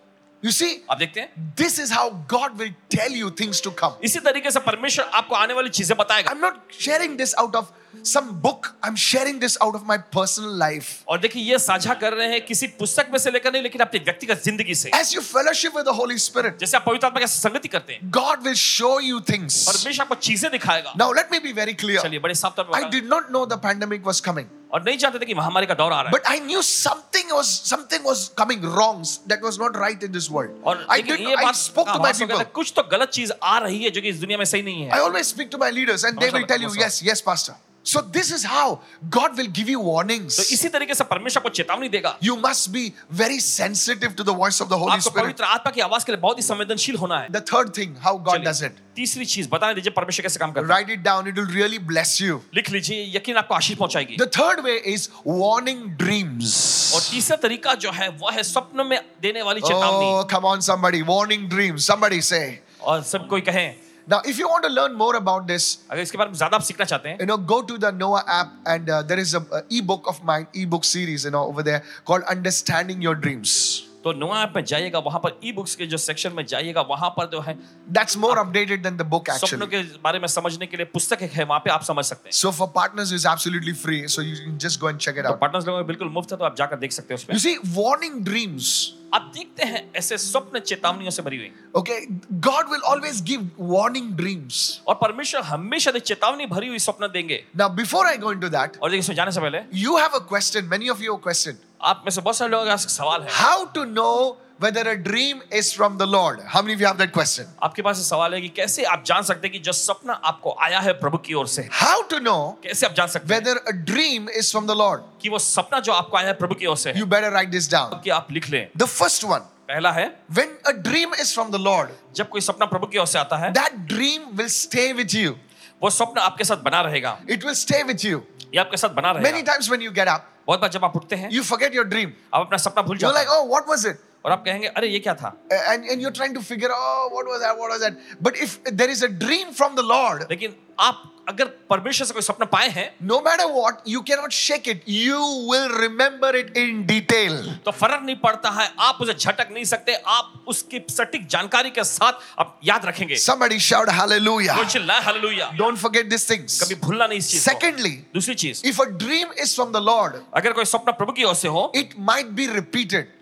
S1: You see,
S2: आप देखते हैं
S1: this is how God will tell you things to come.
S2: इसी तरीके से परमेश्वर आपको आने वाली चीजें बताएगा
S1: I'm not sharing this out of some book. I'm sharing this out of my personal life.
S2: और देखिए ये साझा कर रहे हैं किसी पुस्तक में से लेकर नहीं लेकिन अपनी व्यक्तिगत जिंदगी से
S1: As you fellowship with the Holy Spirit,
S2: जैसे आप पवित्र आत्मा के साथ संगति करते हैं
S1: God will show you things.
S2: परमेश्वर आपको चीजें दिखाएगा
S1: Now, let me be very clear.
S2: चलिए बड़े साफ तौर पर
S1: I
S2: बताएं।
S1: did not know the pandemic was coming.
S2: और नहीं जानते थे कि महामारी का दौर आ रहा है
S1: But I knew something was something was coming wrong that was not right in this world.
S2: और
S1: I
S2: लेकिन
S1: did.
S2: ये
S1: I
S2: बात
S1: spoke to my
S2: हमारे को
S1: people.
S2: कहता है, कुछ तो गलत चीज आ रही है जो कि इस दुनिया में सही नहीं
S1: I
S2: है
S1: always speak to my leaders, and they
S2: Mashallah,
S1: will tell you,
S2: mashallah.
S1: yes, yes, pastor. So this is how God will give you
S2: तो
S1: warnings.
S2: इसी तरीके से परमेश्वर आपको चेतावनी देगा
S1: You must be very sensitive to the voice of the Holy
S2: आपको
S1: Spirit.
S2: पवित्र आत्मा की आवाज के लिए बहुत ही संवेदनशील होना है
S1: The third thing, how God
S2: चलिए,
S1: does it.
S2: तीसरी चीज बताने दीजिए परमेश्वर कैसे काम करता है
S1: Write it down. It will really bless you.
S2: लिख लीजिए यकीन आपको आशीष पहुंचाएगी
S1: The third way is warning dreams.
S2: और तीसरा तरीका जो है वो है स्वप्न में देने वाली चेतावनी
S1: Oh, come on, somebody. Warning dreams. Somebody say.
S2: और सब कोई कहे
S1: Now, if you want to learn more about this,
S2: अगर इसके बारे में ज्यादा आप सीखना चाहते हैं
S1: you know, go to the Noah app, and uh, there is a, a ebook of mine, ebook series, you know, over there called "Understanding Your Dreams."
S2: तो नोआ ऐप में जाइएगा वहां पर ई बुक्स के जो सेक्शन में जाइएगा वहां पर जो है
S1: That's more updated than the book, actually.
S2: सपनों के बारे में समझने के लिए पुस्तक एक है वहां पे आप समझ सकते हैं
S1: So for partners, it's absolutely free. So you can just go and check it
S2: तो
S1: out.
S2: पार्टनर्स लोगों में बिल्कुल मुफ्त है तो आप जाकर देख सकते हैं उसमें
S1: You see, warning dreams.
S2: आप देखते हैं ऐसे स्वप्न चेतावनियों से भरी हुई
S1: Okay, God will always give warning dreams.
S2: और परमेश्वर हमेशा एक चेतावनी भरी हुई स्वप्न देंगे
S1: Now, before I go into that,
S2: और देखिए इसमें जाने से पहले
S1: you have a question. Many of you have a question.
S2: आप में से बहुत सारे लोगों का सवाल है
S1: How to know whether a dream is from the Lord? How many of you have that question?
S2: आपके पास ये सवाल है कि कैसे आप जान सकते हैं कि जो सपना आपको आया है प्रभु की ओर से
S1: How to know
S2: कैसे आप जान सकते हैं
S1: whether a dream is from the Lord?
S2: कि वो सपना जो आपको आया है प्रभु की ओर से है
S1: You better write this down.
S2: कि आप लिख लें
S1: The first one
S2: पहला है
S1: when a dream is from the Lord,
S2: जब कोई सपना प्रभु की ओर से आता है
S1: that dream will stay with you.
S2: वो सपना आपके साथ बना रहेगा
S1: It will stay with you.
S2: ये आपके साथ बना
S1: Many
S2: रहेगा
S1: times when you get up,
S2: बहुत बार जब आप उठते हैं
S1: you forget your dream.
S2: आप अपना सपना भूल
S1: You're
S2: जाते
S1: like,
S2: हैं
S1: oh, what was it?
S2: और आप कहेंगे अरे ये क्या था
S1: And, and you're trying to figure, oh, what was that? What was that? But if there is a dream from the Lord,
S2: लेकिन आप अगर परमेश्वर से कोई सपना पाए हैं
S1: no matter what, you cannot shake it. You will remember it in detail.
S2: तो फर्क नहीं पड़ता है आप उसे झटक नहीं सकते आप उसकी सटीक जानकारी के साथ आप याद रखेंगे
S1: Somebody shout hallelujah.
S2: कोई चिल्लाए hallelujah
S1: Don't forget these things.
S2: कभी भूलना नहीं इस चीज
S1: Secondly,
S2: दूसरी चीज
S1: if a dream is from the Lord,
S2: अगर कोई सपना प्रभु की ओर से हो
S1: it might be repeated.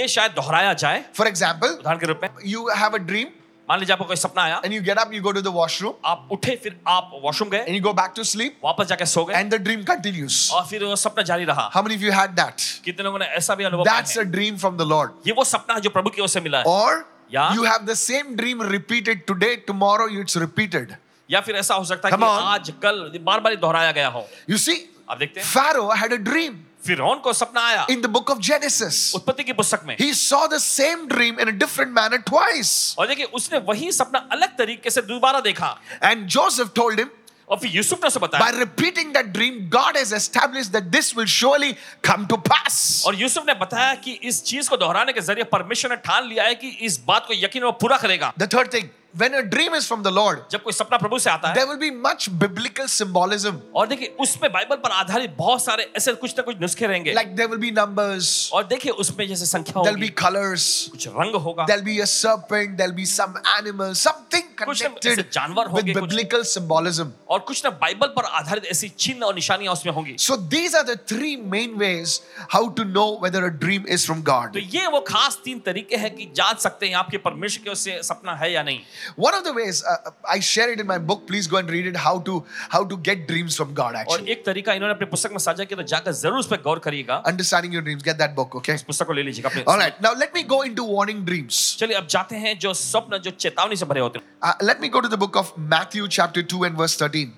S2: ये शायद दोहराया जाए
S1: For example,
S2: उदाहरण के रूप में
S1: you have a dream
S2: मान लीजिए आपको कोई सपना आया
S1: and you get up, you go to the washroom,
S2: आप उठे फिर आप वॉशरूम गए
S1: and you go back to sleep,
S2: वापस जाके सो गए
S1: and the dream continues.
S2: और फिर वो सपना जारी रहा
S1: How many of you had that?
S2: कितने लोगों ने ऐसा भी अनुभव पाया
S1: That's
S2: है?
S1: a Oh. dream from the Lord.
S2: ये वो सपना है जो प्रभु की ओर से मिला है
S1: Or
S2: Yeah.
S1: you have the same dream repeated today, tomorrow it's repeated.
S2: या फिर ऐसा हो सकता है
S1: Come
S2: कि
S1: on.
S2: आज कल बार बार दोहराया गया हो
S1: You see,
S2: आप देखते हैं
S1: Pharaoh had a dream
S2: फिरौन को सपना आया
S1: in the book of Genesis.
S2: उत्पत्ति की पुस्तक में
S1: He saw the same dream in a different manner twice.
S2: और देखिए उसने वही सपना अलग तरीके से दोबारा देखा
S1: And Joseph told him,
S2: और फिर यूसुफ ने उसे
S1: by
S2: बताया
S1: repeating that dream, God has established that this will surely come to pass.
S2: और यूसुफ ने बताया कि इस चीज को दोहराने के जरिए परमेश्वर ने ठान लिया है कि इस बात को यकीन वो पूरा करेगा
S1: The third thing, when a dream is from the Lord,
S2: जब कोई सपना प्रभु से आता है
S1: there will be much biblical symbolism.
S2: और देखिए उसमें बाइबल पर आधारित बहुत सारे ऐसे कुछ ना कुछ नुस्खे रहेंगे
S1: Like there will be numbers,
S2: और देखिए उसमें जैसे संख्या
S1: there'll
S2: होगी
S1: be colors,
S2: कुछ रंग होगा
S1: there'll be a serpent, there'll be some animal, something
S2: कुछ ना-
S1: connected
S2: ऐसे जानवर
S1: with
S2: होंगे, कुछ-
S1: biblical symbolism.
S2: और कुछ ना बाइबल पर आधारित ऐसी चिन्ह और निशानियां उसमें होंगी तो
S1: So these are the three main ways how to know whether a dream is from
S2: तो
S1: God.
S2: ये वो खास तीन तरीके हैं कि जान सकते हैं आपके परमेश्वर के उससे सपना है या नहीं
S1: One of the ways uh, I share it in my book. Please go and read it. How to how to get dreams from God.
S2: और
S1: Actually,
S2: एक तरीका इन्होंने अपनी पुस्तक में साझा किया तो जाकर जरूर उस पर गौर करिएगा
S1: understanding your dreams. Get that book. Okay.
S2: पुस्तक को ले लीजिएगा अपने-
S1: All right. Now let me go into warning dreams.
S2: चलिए अब जाते हैं जो स्वप्न जो चेतावनी से भरे होते हैं
S1: Uh, let me go to the book of Matthew, chapter two and verse thirteen.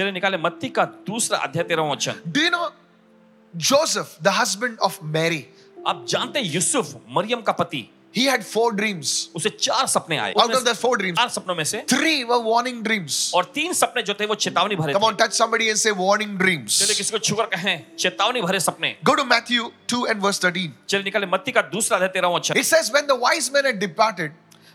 S2: चलिए निकाले मत्ती का दूसरा अध्याय तेरह वचन
S1: Do you know Joseph, the husband of Mary?
S2: आप जानते हैं यूसुफ मरियम का पति
S1: He had four dreams.
S2: उसे चार सपने आए
S1: Out of
S2: उनमें
S1: the
S2: से
S1: four dreams,
S2: चार सपनों में से
S1: three were warning dreams.
S2: और तीन सपने जो थे वो चेतावनी भरे
S1: Come
S2: थे
S1: on, touch somebody and say warning
S2: चलिए
S1: dreams.
S2: किसी को छुकर कहें चेतावनी भरे सपने
S1: Go to Matthew 2 and verse 13.
S2: चलिए निकाले मत्ती का दूसरा अध्याय तेरह वचन
S1: It says, When the wise men had departed,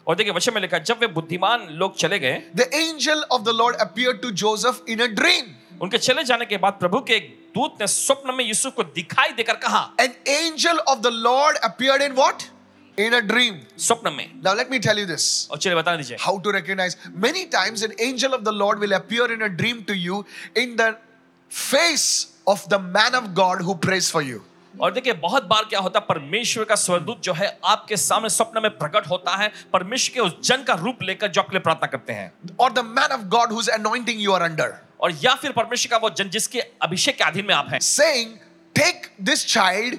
S2: और देखिए वचन में लिखा है, जब वे बुद्धिमान लोग चले गए
S1: the angel of the Lord appeared to Joseph in a dream.
S2: उनके चले जाने के बाद प्रभु के एक दूत ने स्वप्न में यूसुफ को दिखाई देकर कहा
S1: An angel of the Lord appeared in what? In a dream.
S2: स्वप्न में
S1: Now, let me tell you this
S2: और चलिए बता दीजिए
S1: how to recognize. Many times, an angel of the Lord will appear in a dream to you in the face of the man of God who prays for you.
S2: और देखिए बहुत बार क्या होता है परमेश्वर का स्वरदूत जो है आपके सामने स्वप्न में प्रकट होता है परमेश्वर के उस जन का रूप लेकर जो आपके लिए प्रार्थना करते हैं
S1: Or the man of God whose anointing you are under.
S2: और या फिर परमेश्वर का वो जन जिसके अभिषेक के अधीन में आप हैं
S1: saying, Take this child,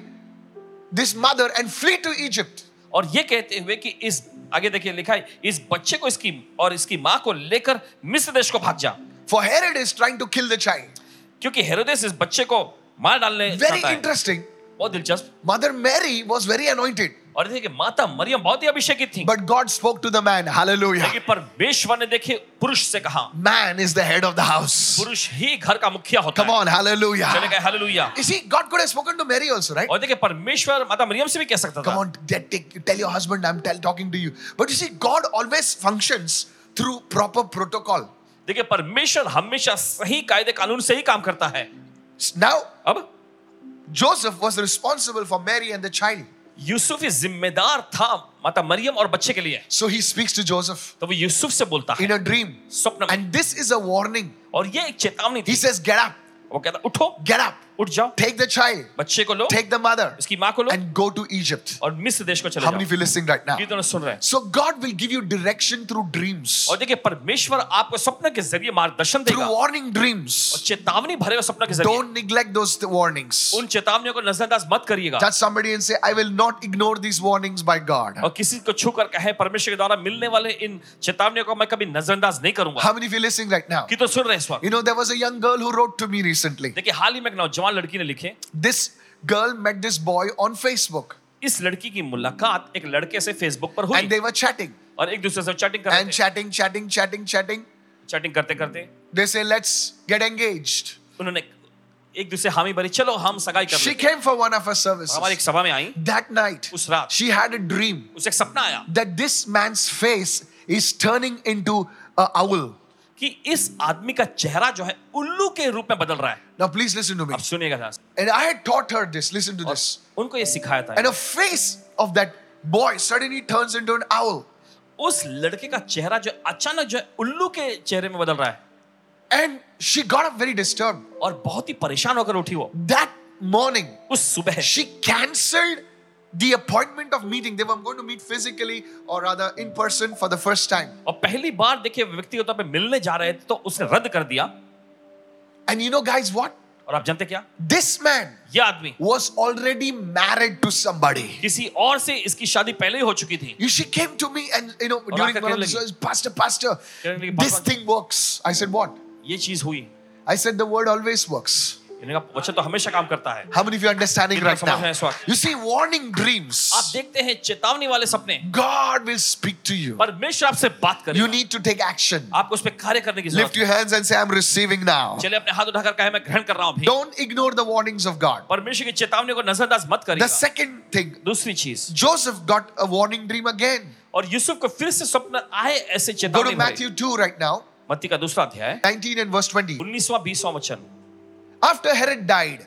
S1: this mother, and flee to Egypt.
S2: और ये कहते हुए कि इस आगे देखिए लिखा है इस बच्चे को इसकी और इसकी माँ को लेकर मिस्र देश को भाग जा
S1: For Herod is trying to kill the child.
S2: क्योंकि हेरोदेस इस बच्चे को मार डालने
S1: Very
S2: चाहता है।
S1: interesting.
S2: बहुत दिलचस्प
S1: Mother Mary was very anointed,
S2: और देखिए माता मरियम बहुत ही अभिषेकित थी
S1: but God spoke to the man. Hallelujah.
S2: लेकिन परमेश्वर ने देखिए पुरुष से कहा
S1: Man is the head of the house.
S2: पुरुष ही घर का मुखिया होता
S1: Come
S2: है
S1: on,
S2: चले
S1: hallelujah.
S2: गए hallelujah
S1: You see, God could have spoken to Mary also, right?
S2: और देखिए परमेश्वर माता मरियम से भी कह सकता
S1: Come
S2: था
S1: on, get- take- tell your husband I'm tell, talking to you. But you see, God always functions through proper protocol.
S2: देखिए परमेश्वर हमेशा सही कायदे कानून से ही काम करता है
S1: Now,
S2: अब
S1: Joseph was responsible for Mary and the child.
S2: Yusuf ही जिम्मेदार था माता मरियम और बच्चे के लिए
S1: So he speaks to Joseph
S2: तो वो यूसुफ से बोलता है
S1: in a dream.
S2: स्वप्न में
S1: And this is a warning.
S2: और ये एक चेतावनी
S1: He
S2: थी
S1: says, Get up,
S2: वो कहता उठो
S1: get up,
S2: उठ जाओ
S1: take the child,
S2: बच्चे को लो
S1: take the mother,
S2: इसकी माँ को लो
S1: and go to Egypt.
S2: और मिस्र देश को चले
S1: How many
S2: जाओ
S1: of you listening right now?
S2: कीर्तन सुन रहे हैं
S1: So God will give you direction through dreams,
S2: और देखिए परमेश्वर आपको सपने के जरिए मार्गदर्शन
S1: through
S2: देगा और
S1: warning
S2: Oh,
S1: dreams.
S2: चेतावनी भरे हुए सपने के जरिए
S1: Don't neglect those th- warnings.
S2: उन चेतावनियों को नजरअंदाज मत करिएगा
S1: Touch somebody and say, I will not ignore these warnings by God.
S2: और किसी को छू कर कहे परमेश्वर के द्वारा मिलने वाले इन चेतावनियों को मैं कभी नजरअंदाज नहीं करूंगा
S1: How many of you listening right now?
S2: की तो सुन रहे हैं इस वक्त
S1: You know, there was a young girl who wrote to me recently.
S2: देखिए हाल ही में एक नौजवान लड़की ने लिखे
S1: This girl met this boy on Facebook
S2: इस लड़की की मुलाकात एक लड़के से फेसबुक पर
S1: and
S2: हुई
S1: they were chatting
S2: और एक दूसरे से चैटिंग कर
S1: and
S2: रहे
S1: chatting, chatting, chatting, chatting.
S2: Chatting करते करते
S1: They say, Let's get engaged.
S2: उन्होंने एक दूसरे हामी भरी चलो हम सगाई कर
S1: She
S2: लेते हैं।
S1: came for one of her
S2: हमारी एक
S1: services.
S2: सभा में आई
S1: That night,
S2: उस रात
S1: she had a dream
S2: उसे एक सपना आया
S1: that this man's face is turning into a owl.
S2: कि इस आदमी का चेहरा जो है उल्लू के रूप में बदल रहा है
S1: Now, please listen to me.
S2: अब सुनिएगा ध्यान से।
S1: And I had taught her this. Listen to this.
S2: उनको ये सिखाया
S1: And
S2: था
S1: a face of that boy suddenly turns into an owl.
S2: उस लड़के का चेहरा जो अचानक जो है उल्लू के चेहरे में बदल रहा है
S1: And she got up very disturbed.
S2: और बहुत ही परेशान होकर उठी वो
S1: That morning,
S2: उस सुबह
S1: she cancelled the appointment of meeting. They were going to meet physically or rather in person for the first time.
S2: और पहली बार देखिए व्यक्तिगत तौर पे मिलने जा रहे थे तो उसने रद्द कर दिया
S1: And you know, guys, what?
S2: और आप जानते क्या
S1: This man
S2: यह आदमी
S1: was already married to somebody.
S2: किसी और से इसकी शादी पहले ही हो चुकी थी
S1: You- She came to me and, you know, during
S2: आकर
S1: one of the
S2: कहने लगी।
S1: service, Oh, Pastor, Pastor,
S2: कहने लगी,
S1: this
S2: "भगवान-"
S1: thing works. I said, What?
S2: ये चीज हुई
S1: I said, The word always works.
S2: इन्होंने कहा वचन तो हमेशा काम करता है
S1: How many of you are understanding
S2: कितना
S1: right
S2: समझ रहे
S1: now?
S2: हैं इस वक्त?
S1: You see, warning dreams.
S2: आप देखते हैं चेतावनी वाले सपने
S1: God will speak to you.
S2: परमेश्वर आपसे बात
S1: You
S2: करेगा
S1: need to take action.
S2: आपको उस पर कार्य करने की
S1: Lift
S2: जरूरत है
S1: your hands and say, I'm receiving now.
S2: चलिए अपने हाथ उठाकर कहे मैं ग्रहण कर रहा हूं अभी
S1: Don't ignore the warnings of God.
S2: परमेश्वर की चेतावनी को नजरअंदाज मत
S1: The
S2: करिएगा
S1: second thing,
S2: दूसरी चीज
S1: Joseph got a warning dream again.
S2: और यूसुफ को फिर से स्वप्न आए ऐसे
S1: Go to
S2: चेतावनी भरे।
S1: Matthew 2 right now,
S2: मत्ती का दूसरा अध्याय
S1: 19 and verse 20.
S2: 19वां 20वां वचन
S1: After Herod died,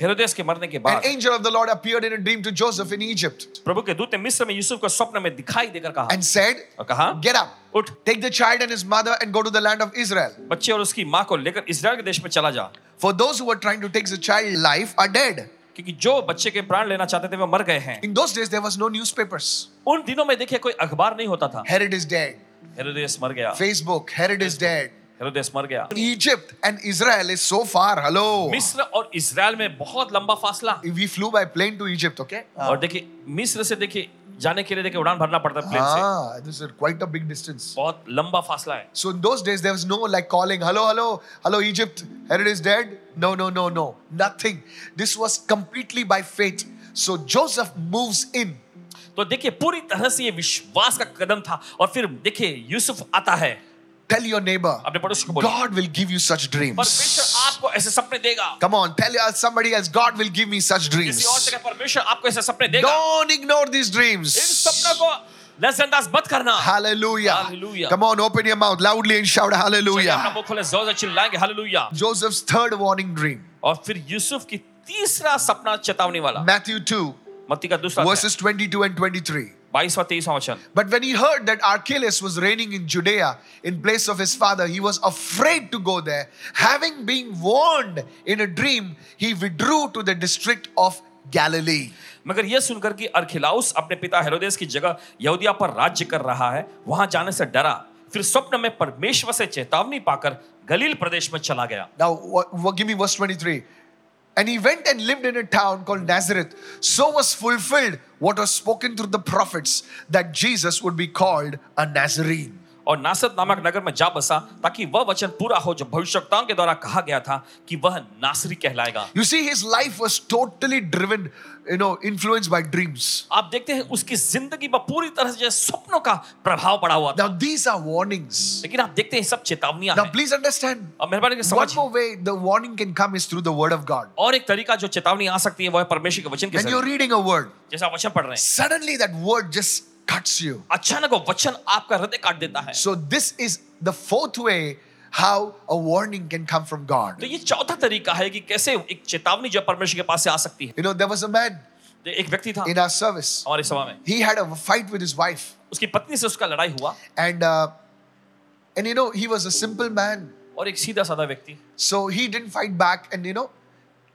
S2: हेरोदेस के मरने के
S1: an
S2: बाद
S1: angel of the Lord appeared in a dream to Joseph in Egypt
S2: प्रभु के दूत ने मिस्र में यूसुफ को स्वप्न में दिखाई देकर कहा
S1: and said,
S2: और कहा
S1: Get up,
S2: उठ
S1: take the child and his mother and go to the land of Israel.
S2: बच्चे और उसकी माँ को लेकर इसराइल के देश में चला जा
S1: For those who were trying to take the child life are dead.
S2: क्योंकि जो बच्चे के प्राण लेना चाहते थे वे मर गए हैं
S1: In those days, there was no newspapers.
S2: उन दिनों में देखिए कोई अखबार नहीं होता था
S1: Herod is dead.
S2: हेरोदेस मर गया
S1: Facebook, Herod is dead.
S2: हेरोदेस मर गया
S1: Egypt and Israel is so far. Hello.
S2: मिस्र और इसराइल में बहुत लंबा फासला
S1: We flew by plane to Egypt, okay?
S2: और देखिए मिस्र से देखिए जाने के लिए देखिए उड़ान भरना पड़ता है प्लेन से
S1: Ah, this is quite a big distance.
S2: बहुत लंबा फासला है
S1: So in those days, there was no like calling, hello, hello, hello, Egypt, Herod is dead. No, no, no, no, nothing. This was completely by faith. So Joseph moves in.
S2: तो देखिए पूरी तरह से ये विश्वास का कदम था और फिर देखिए यूसुफ आता है
S1: Tell your neighbor,
S2: अपने पड़ोस को बोलिए
S1: God will give you such
S2: परमेश्वर
S1: dreams.
S2: आपको ऐसे सपने देगा
S1: Come on, tell your- somebody else, God will give me such
S2: किसी और
S1: dreams.
S2: जगह परमेश्वर आपको ऐसे सपने देगा
S1: Don't ignore these
S2: in
S1: dreams.
S2: सपनों को नजरअंदाज मत करना
S1: Hallelujah.
S2: Hallelujah.
S1: Come on, open your mouth loudly and shout
S2: चलिए अपना
S1: hallelujah.
S2: मुंह खोले जोर से चिल्लाएंगे hallelujah
S1: Joseph's third warning dream,
S2: और फिर यूसुफ की तीसरा सपना चेतावनी वाला
S1: Matthew 2,
S2: मत्ती का दूसरा
S1: verses 22 and 23.
S2: बाईसवा तेईसवा वचन
S1: But when he heard that Archelaus was reigning in Judea in place of his father, he was afraid to go there. Having been warned in a dream, he withdrew to the district of Galilee.
S2: मगर यह सुनकर कि अरखिलाउस अपने पिता हेरोदेस की जगह यहूदिया पर राज्य कर रहा है वहां जाने से डरा फिर स्वप्न में परमेश्वर से चेतावनी पाकर गलील प्रदेश में चला गया
S1: Now, what, what, give me verse 23. And he went and lived in a town called Nazareth. So was fulfilled what was spoken through the prophets that Jesus would be called a Nazarene.
S2: और नासरत नामक नगर में जा बसा ताकि वह वचन पूरा हो जो भविष्यताओं के द्वारा कहा गया था कि वह नासरी कहलाएगा
S1: You see, his life was totally driven, you know, influenced by dreams.
S2: आप देखते हैं उसकी जिंदगी पर पूरी तरह से सपनों का प्रभाव पड़ा हुआ था
S1: Now, these are warnings.
S2: लेकिन आप देखते हैं सब चेतावनियां
S1: Now,
S2: हैं
S1: please understand.
S2: और मेहरबानी करके
S1: One
S2: समझिए
S1: more way the warning can come is through the word of God.
S2: और एक तरीका जो चेतावनी आ सकती है वह है परमेश्वर के वचन के
S1: When you're
S2: जरिए
S1: reading a word,
S2: जैसा आप वचन पढ़ रहे हैं
S1: suddenly that word just cuts you.
S2: अचानक वो वचन आपका हृदय काट देता है
S1: So, this is the fourth way how a warning can come from God.
S2: तो ये चौथा तरीका है कि कैसे एक चेतावनी जो है परमेश्वर के पास से आ सकती है
S1: You know, there was a man
S2: तो एक व्यक्ति था
S1: in our service.
S2: हमारी सभा में
S1: He had a fight with his wife,
S2: उसकी पत्नी से उसका लड़ाई हुआ
S1: and uh, and you know he was a simple man,
S2: और एक सीधा साधा व्यक्ति
S1: so he didn't fight back, and you know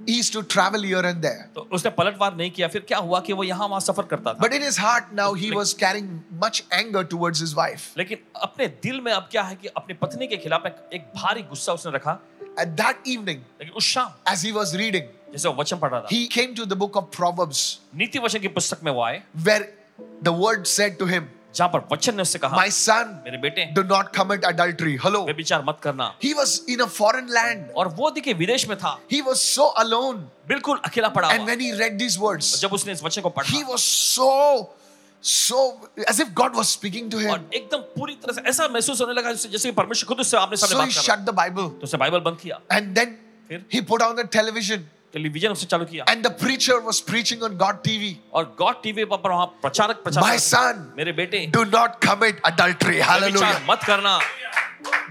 S1: he used to travel here and there.
S2: तो उसने पलटवार नहीं किया फिर क्या हुआ कि वो यहाँ वहां सफर करता था
S1: But in his heart now he was carrying much anger towards his wife.
S2: लेकिन अपने दिल में अब क्या है कि अपनी पत्नी के खिलाफ एक एक भारी गुस्सा उसने रखा
S1: And that evening,
S2: लेकिन उस शाम
S1: as he was reading,
S2: जैसे वो वचन पढ़ रहा था
S1: he came to the book of Proverbs,
S2: नीति वचन की पुस्तक में वो आए
S1: where the word said to him,
S2: जहाँ पर वचन ने उससे कहा
S1: "My son,
S2: मेरे बेटे
S1: do not commit adultery." Hello.
S2: वे विचार मत करना
S1: He was in a foreign land.
S2: और वो देखिए विदेश में था
S1: He was so alone.
S2: बिल्कुल अकेला पड़ा
S1: And
S2: हुआ
S1: when he read these words,
S2: जब उसने इस वचन को
S1: he
S2: पढ़ा
S1: was so so as if god was speaking to him
S2: और एकदम पूरी तरह से ऐसा महसूस होने लगा जैसे जैसे कि परमेश्वर खुद उससे आपने सामने
S1: so
S2: बात
S1: he
S2: कर रहा है।
S1: shut the bible
S2: तो उसने बाइबल बंद किया
S1: and then
S2: फिर?
S1: he put on the television
S2: television उसने चालू किया
S1: and the preacher was preaching on god tv
S2: और गॉड टीवी पर वहां प्रचारक
S1: my
S2: प्रचारक
S1: son
S2: मेरे बेटे
S1: do not commit adultery
S2: विचार
S1: hallelujah
S2: मत करना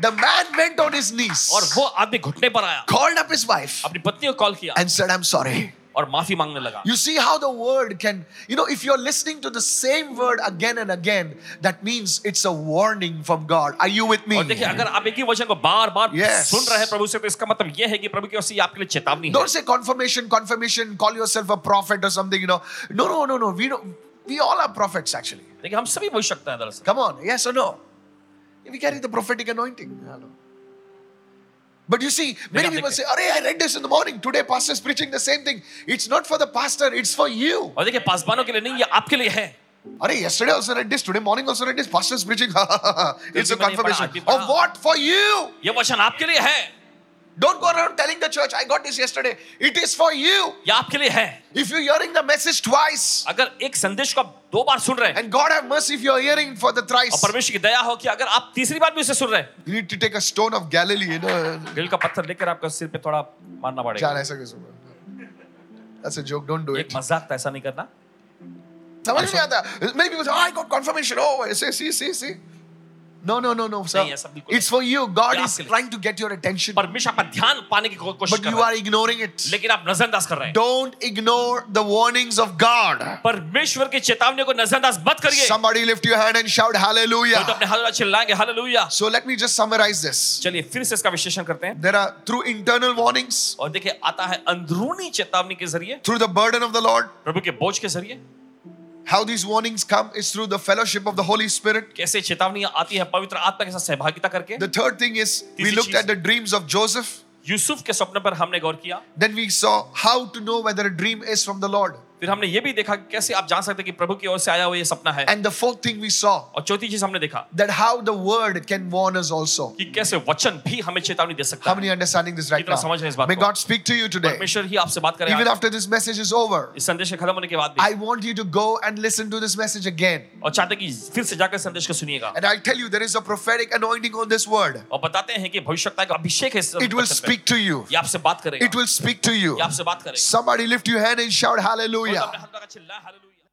S1: the man went on his knees
S2: और वो आदमी घुटने पर आया
S1: called up his wife
S2: अपनी पत्नी को कॉल किया
S1: and said i'm sorry
S2: और माफी मांगने लगा
S1: you see how the word can you know if you're listening to the same word again and again that means it's a warning from god are you with me
S2: और देखिए अगर आप एक ही वचन को बार बार
S1: Yes.
S2: सुन रहे हैं प्रभु से तो इसका मतलब यह है कि प्रभु की ओर से ये आपके लिए चेतावनी है
S1: Don't say confirmation, confirmation, call yourself a prophet or something, you know. No, no, no, no. We don't we all are prophets actually.
S2: देखिए हम सभी भविष्य सकते हैं दरअसल
S1: Come on, yes or no? We carry the prophetic anointing. Hello. But you see, many
S2: आप
S1: people
S2: देखते
S1: say, Arey, I read this in the morning. Today, pastor is preaching the same thing. It's not for the pastor, it's for you.
S2: और देखिए पासवानों के लिए नहीं ये आपके लिए है
S1: Arey, yesterday also read this. Today morning also read this. Pastor is preaching. [LAUGHS] it's a
S2: भी मैंने पढ़ा,
S1: confirmation.
S2: आज भी पढ़ा।
S1: Of what? For you.
S2: ये वचन आपके लिए है
S1: Don't go around telling the church, I got this yesterday. It is for you.
S2: ये आपके लिए है
S1: If you're hearing the message twice,
S2: अगर एक संदेश को आप दो बार सुन रहे हैं
S1: And God have mercy if you're hearing for the
S2: और
S1: thrice.
S2: परमेश्वर की दया हो कि अगर आप तीसरी बार भी उसे सुन रहे हैं
S1: You need to take a stone of Galilee, you know.
S2: दिल का पत्थर लेकर आपका सिर पे थोड़ा मारना पड़ेगा
S1: Chan, aisa kaise होगा? That's a joke, don't do
S2: एक
S1: it.
S2: मजाक था ऐसा नहीं करना
S1: समझ नहीं आता. Many people say, oh, I got confirmation. Oh, see, see, see, see. No, no, no, no, sir.
S2: नहीं, ऐसा बिल्कुल
S1: It's for you. God
S2: ये
S1: is
S2: आपके लिए।
S1: trying to get your attention,
S2: परमेश्वर पर ध्यान पाने की को- कोशिश
S1: but
S2: कर
S1: you
S2: रहे
S1: are ignoring it.
S2: हैं लेकिन आप नजरअंदाज कर रहे हैं
S1: Don't ignore the warnings of God.
S2: परमेश्वर की चेतावनी को नजरअंदाज मत करिए
S1: Somebody lift your hand and shout
S2: कोई तो
S1: hallelujah.
S2: अपने हाल चिल्लाएंगे hallelujah
S1: So let me just summarize this.
S2: चलिए फिर से इसका विश्लेषण करते हैं
S1: There are through internal warnings,
S2: और देखिए आता है अंदरूनी चेतावनी के जरिए
S1: through the burden of the Lord,
S2: प्रभु के बोझ के जरिए
S1: How these warnings come is through the fellowship of the Holy Spirit.
S2: कैसे चेतावनियां आती है पवित्र आत्मा के साथ सहभागिता करके
S1: The third thing is we
S2: तीसरी
S1: looked
S2: cheese-
S1: at the dreams of Joseph.
S2: Yusuf के स्वप्न पर हमने गौर किया
S1: Then we saw how to know whether a dream is from the Lord.
S2: फिर हमने ये भी देखा कि कैसे आप जान सकते हैं कि प्रभु की ओर से आया हुआ ये सपना है
S1: And the fourth thing we saw
S2: और चौथी चीज हमने देखा
S1: that how the word can warn us also.
S2: कि कैसे वचन भी हमें चेतावनी दे सकता
S1: How
S2: है
S1: many understanding this right
S2: कितना समझ रहे हैं इस
S1: now?
S2: बात
S1: May
S2: को?
S1: God speak to you today.
S2: परमेश्वर ही आपसे बात
S1: Even
S2: करेगा
S1: after this message is over,
S2: इस संदेश के खत्म होने के बाद भी
S1: I want you to go and listen to this message again.
S2: और चाहते हैं कि फिर से जाकर संदेश को सुनिएगा
S1: And I'll tell you, there is a prophetic anointing on this word.
S2: और बताते हैं कि भविष्यता का अभिषेक है इस
S1: It will
S2: वचन पे।
S1: speak to you.
S2: ये आपसे बात करेगा
S1: It will speak to you.
S2: ये आपसे बात करेगा
S1: Somebody lift your hand and shout
S2: कोई तो
S1: hallelujah.
S2: अपने हाथ लगा चिल्लाए, हालेलुया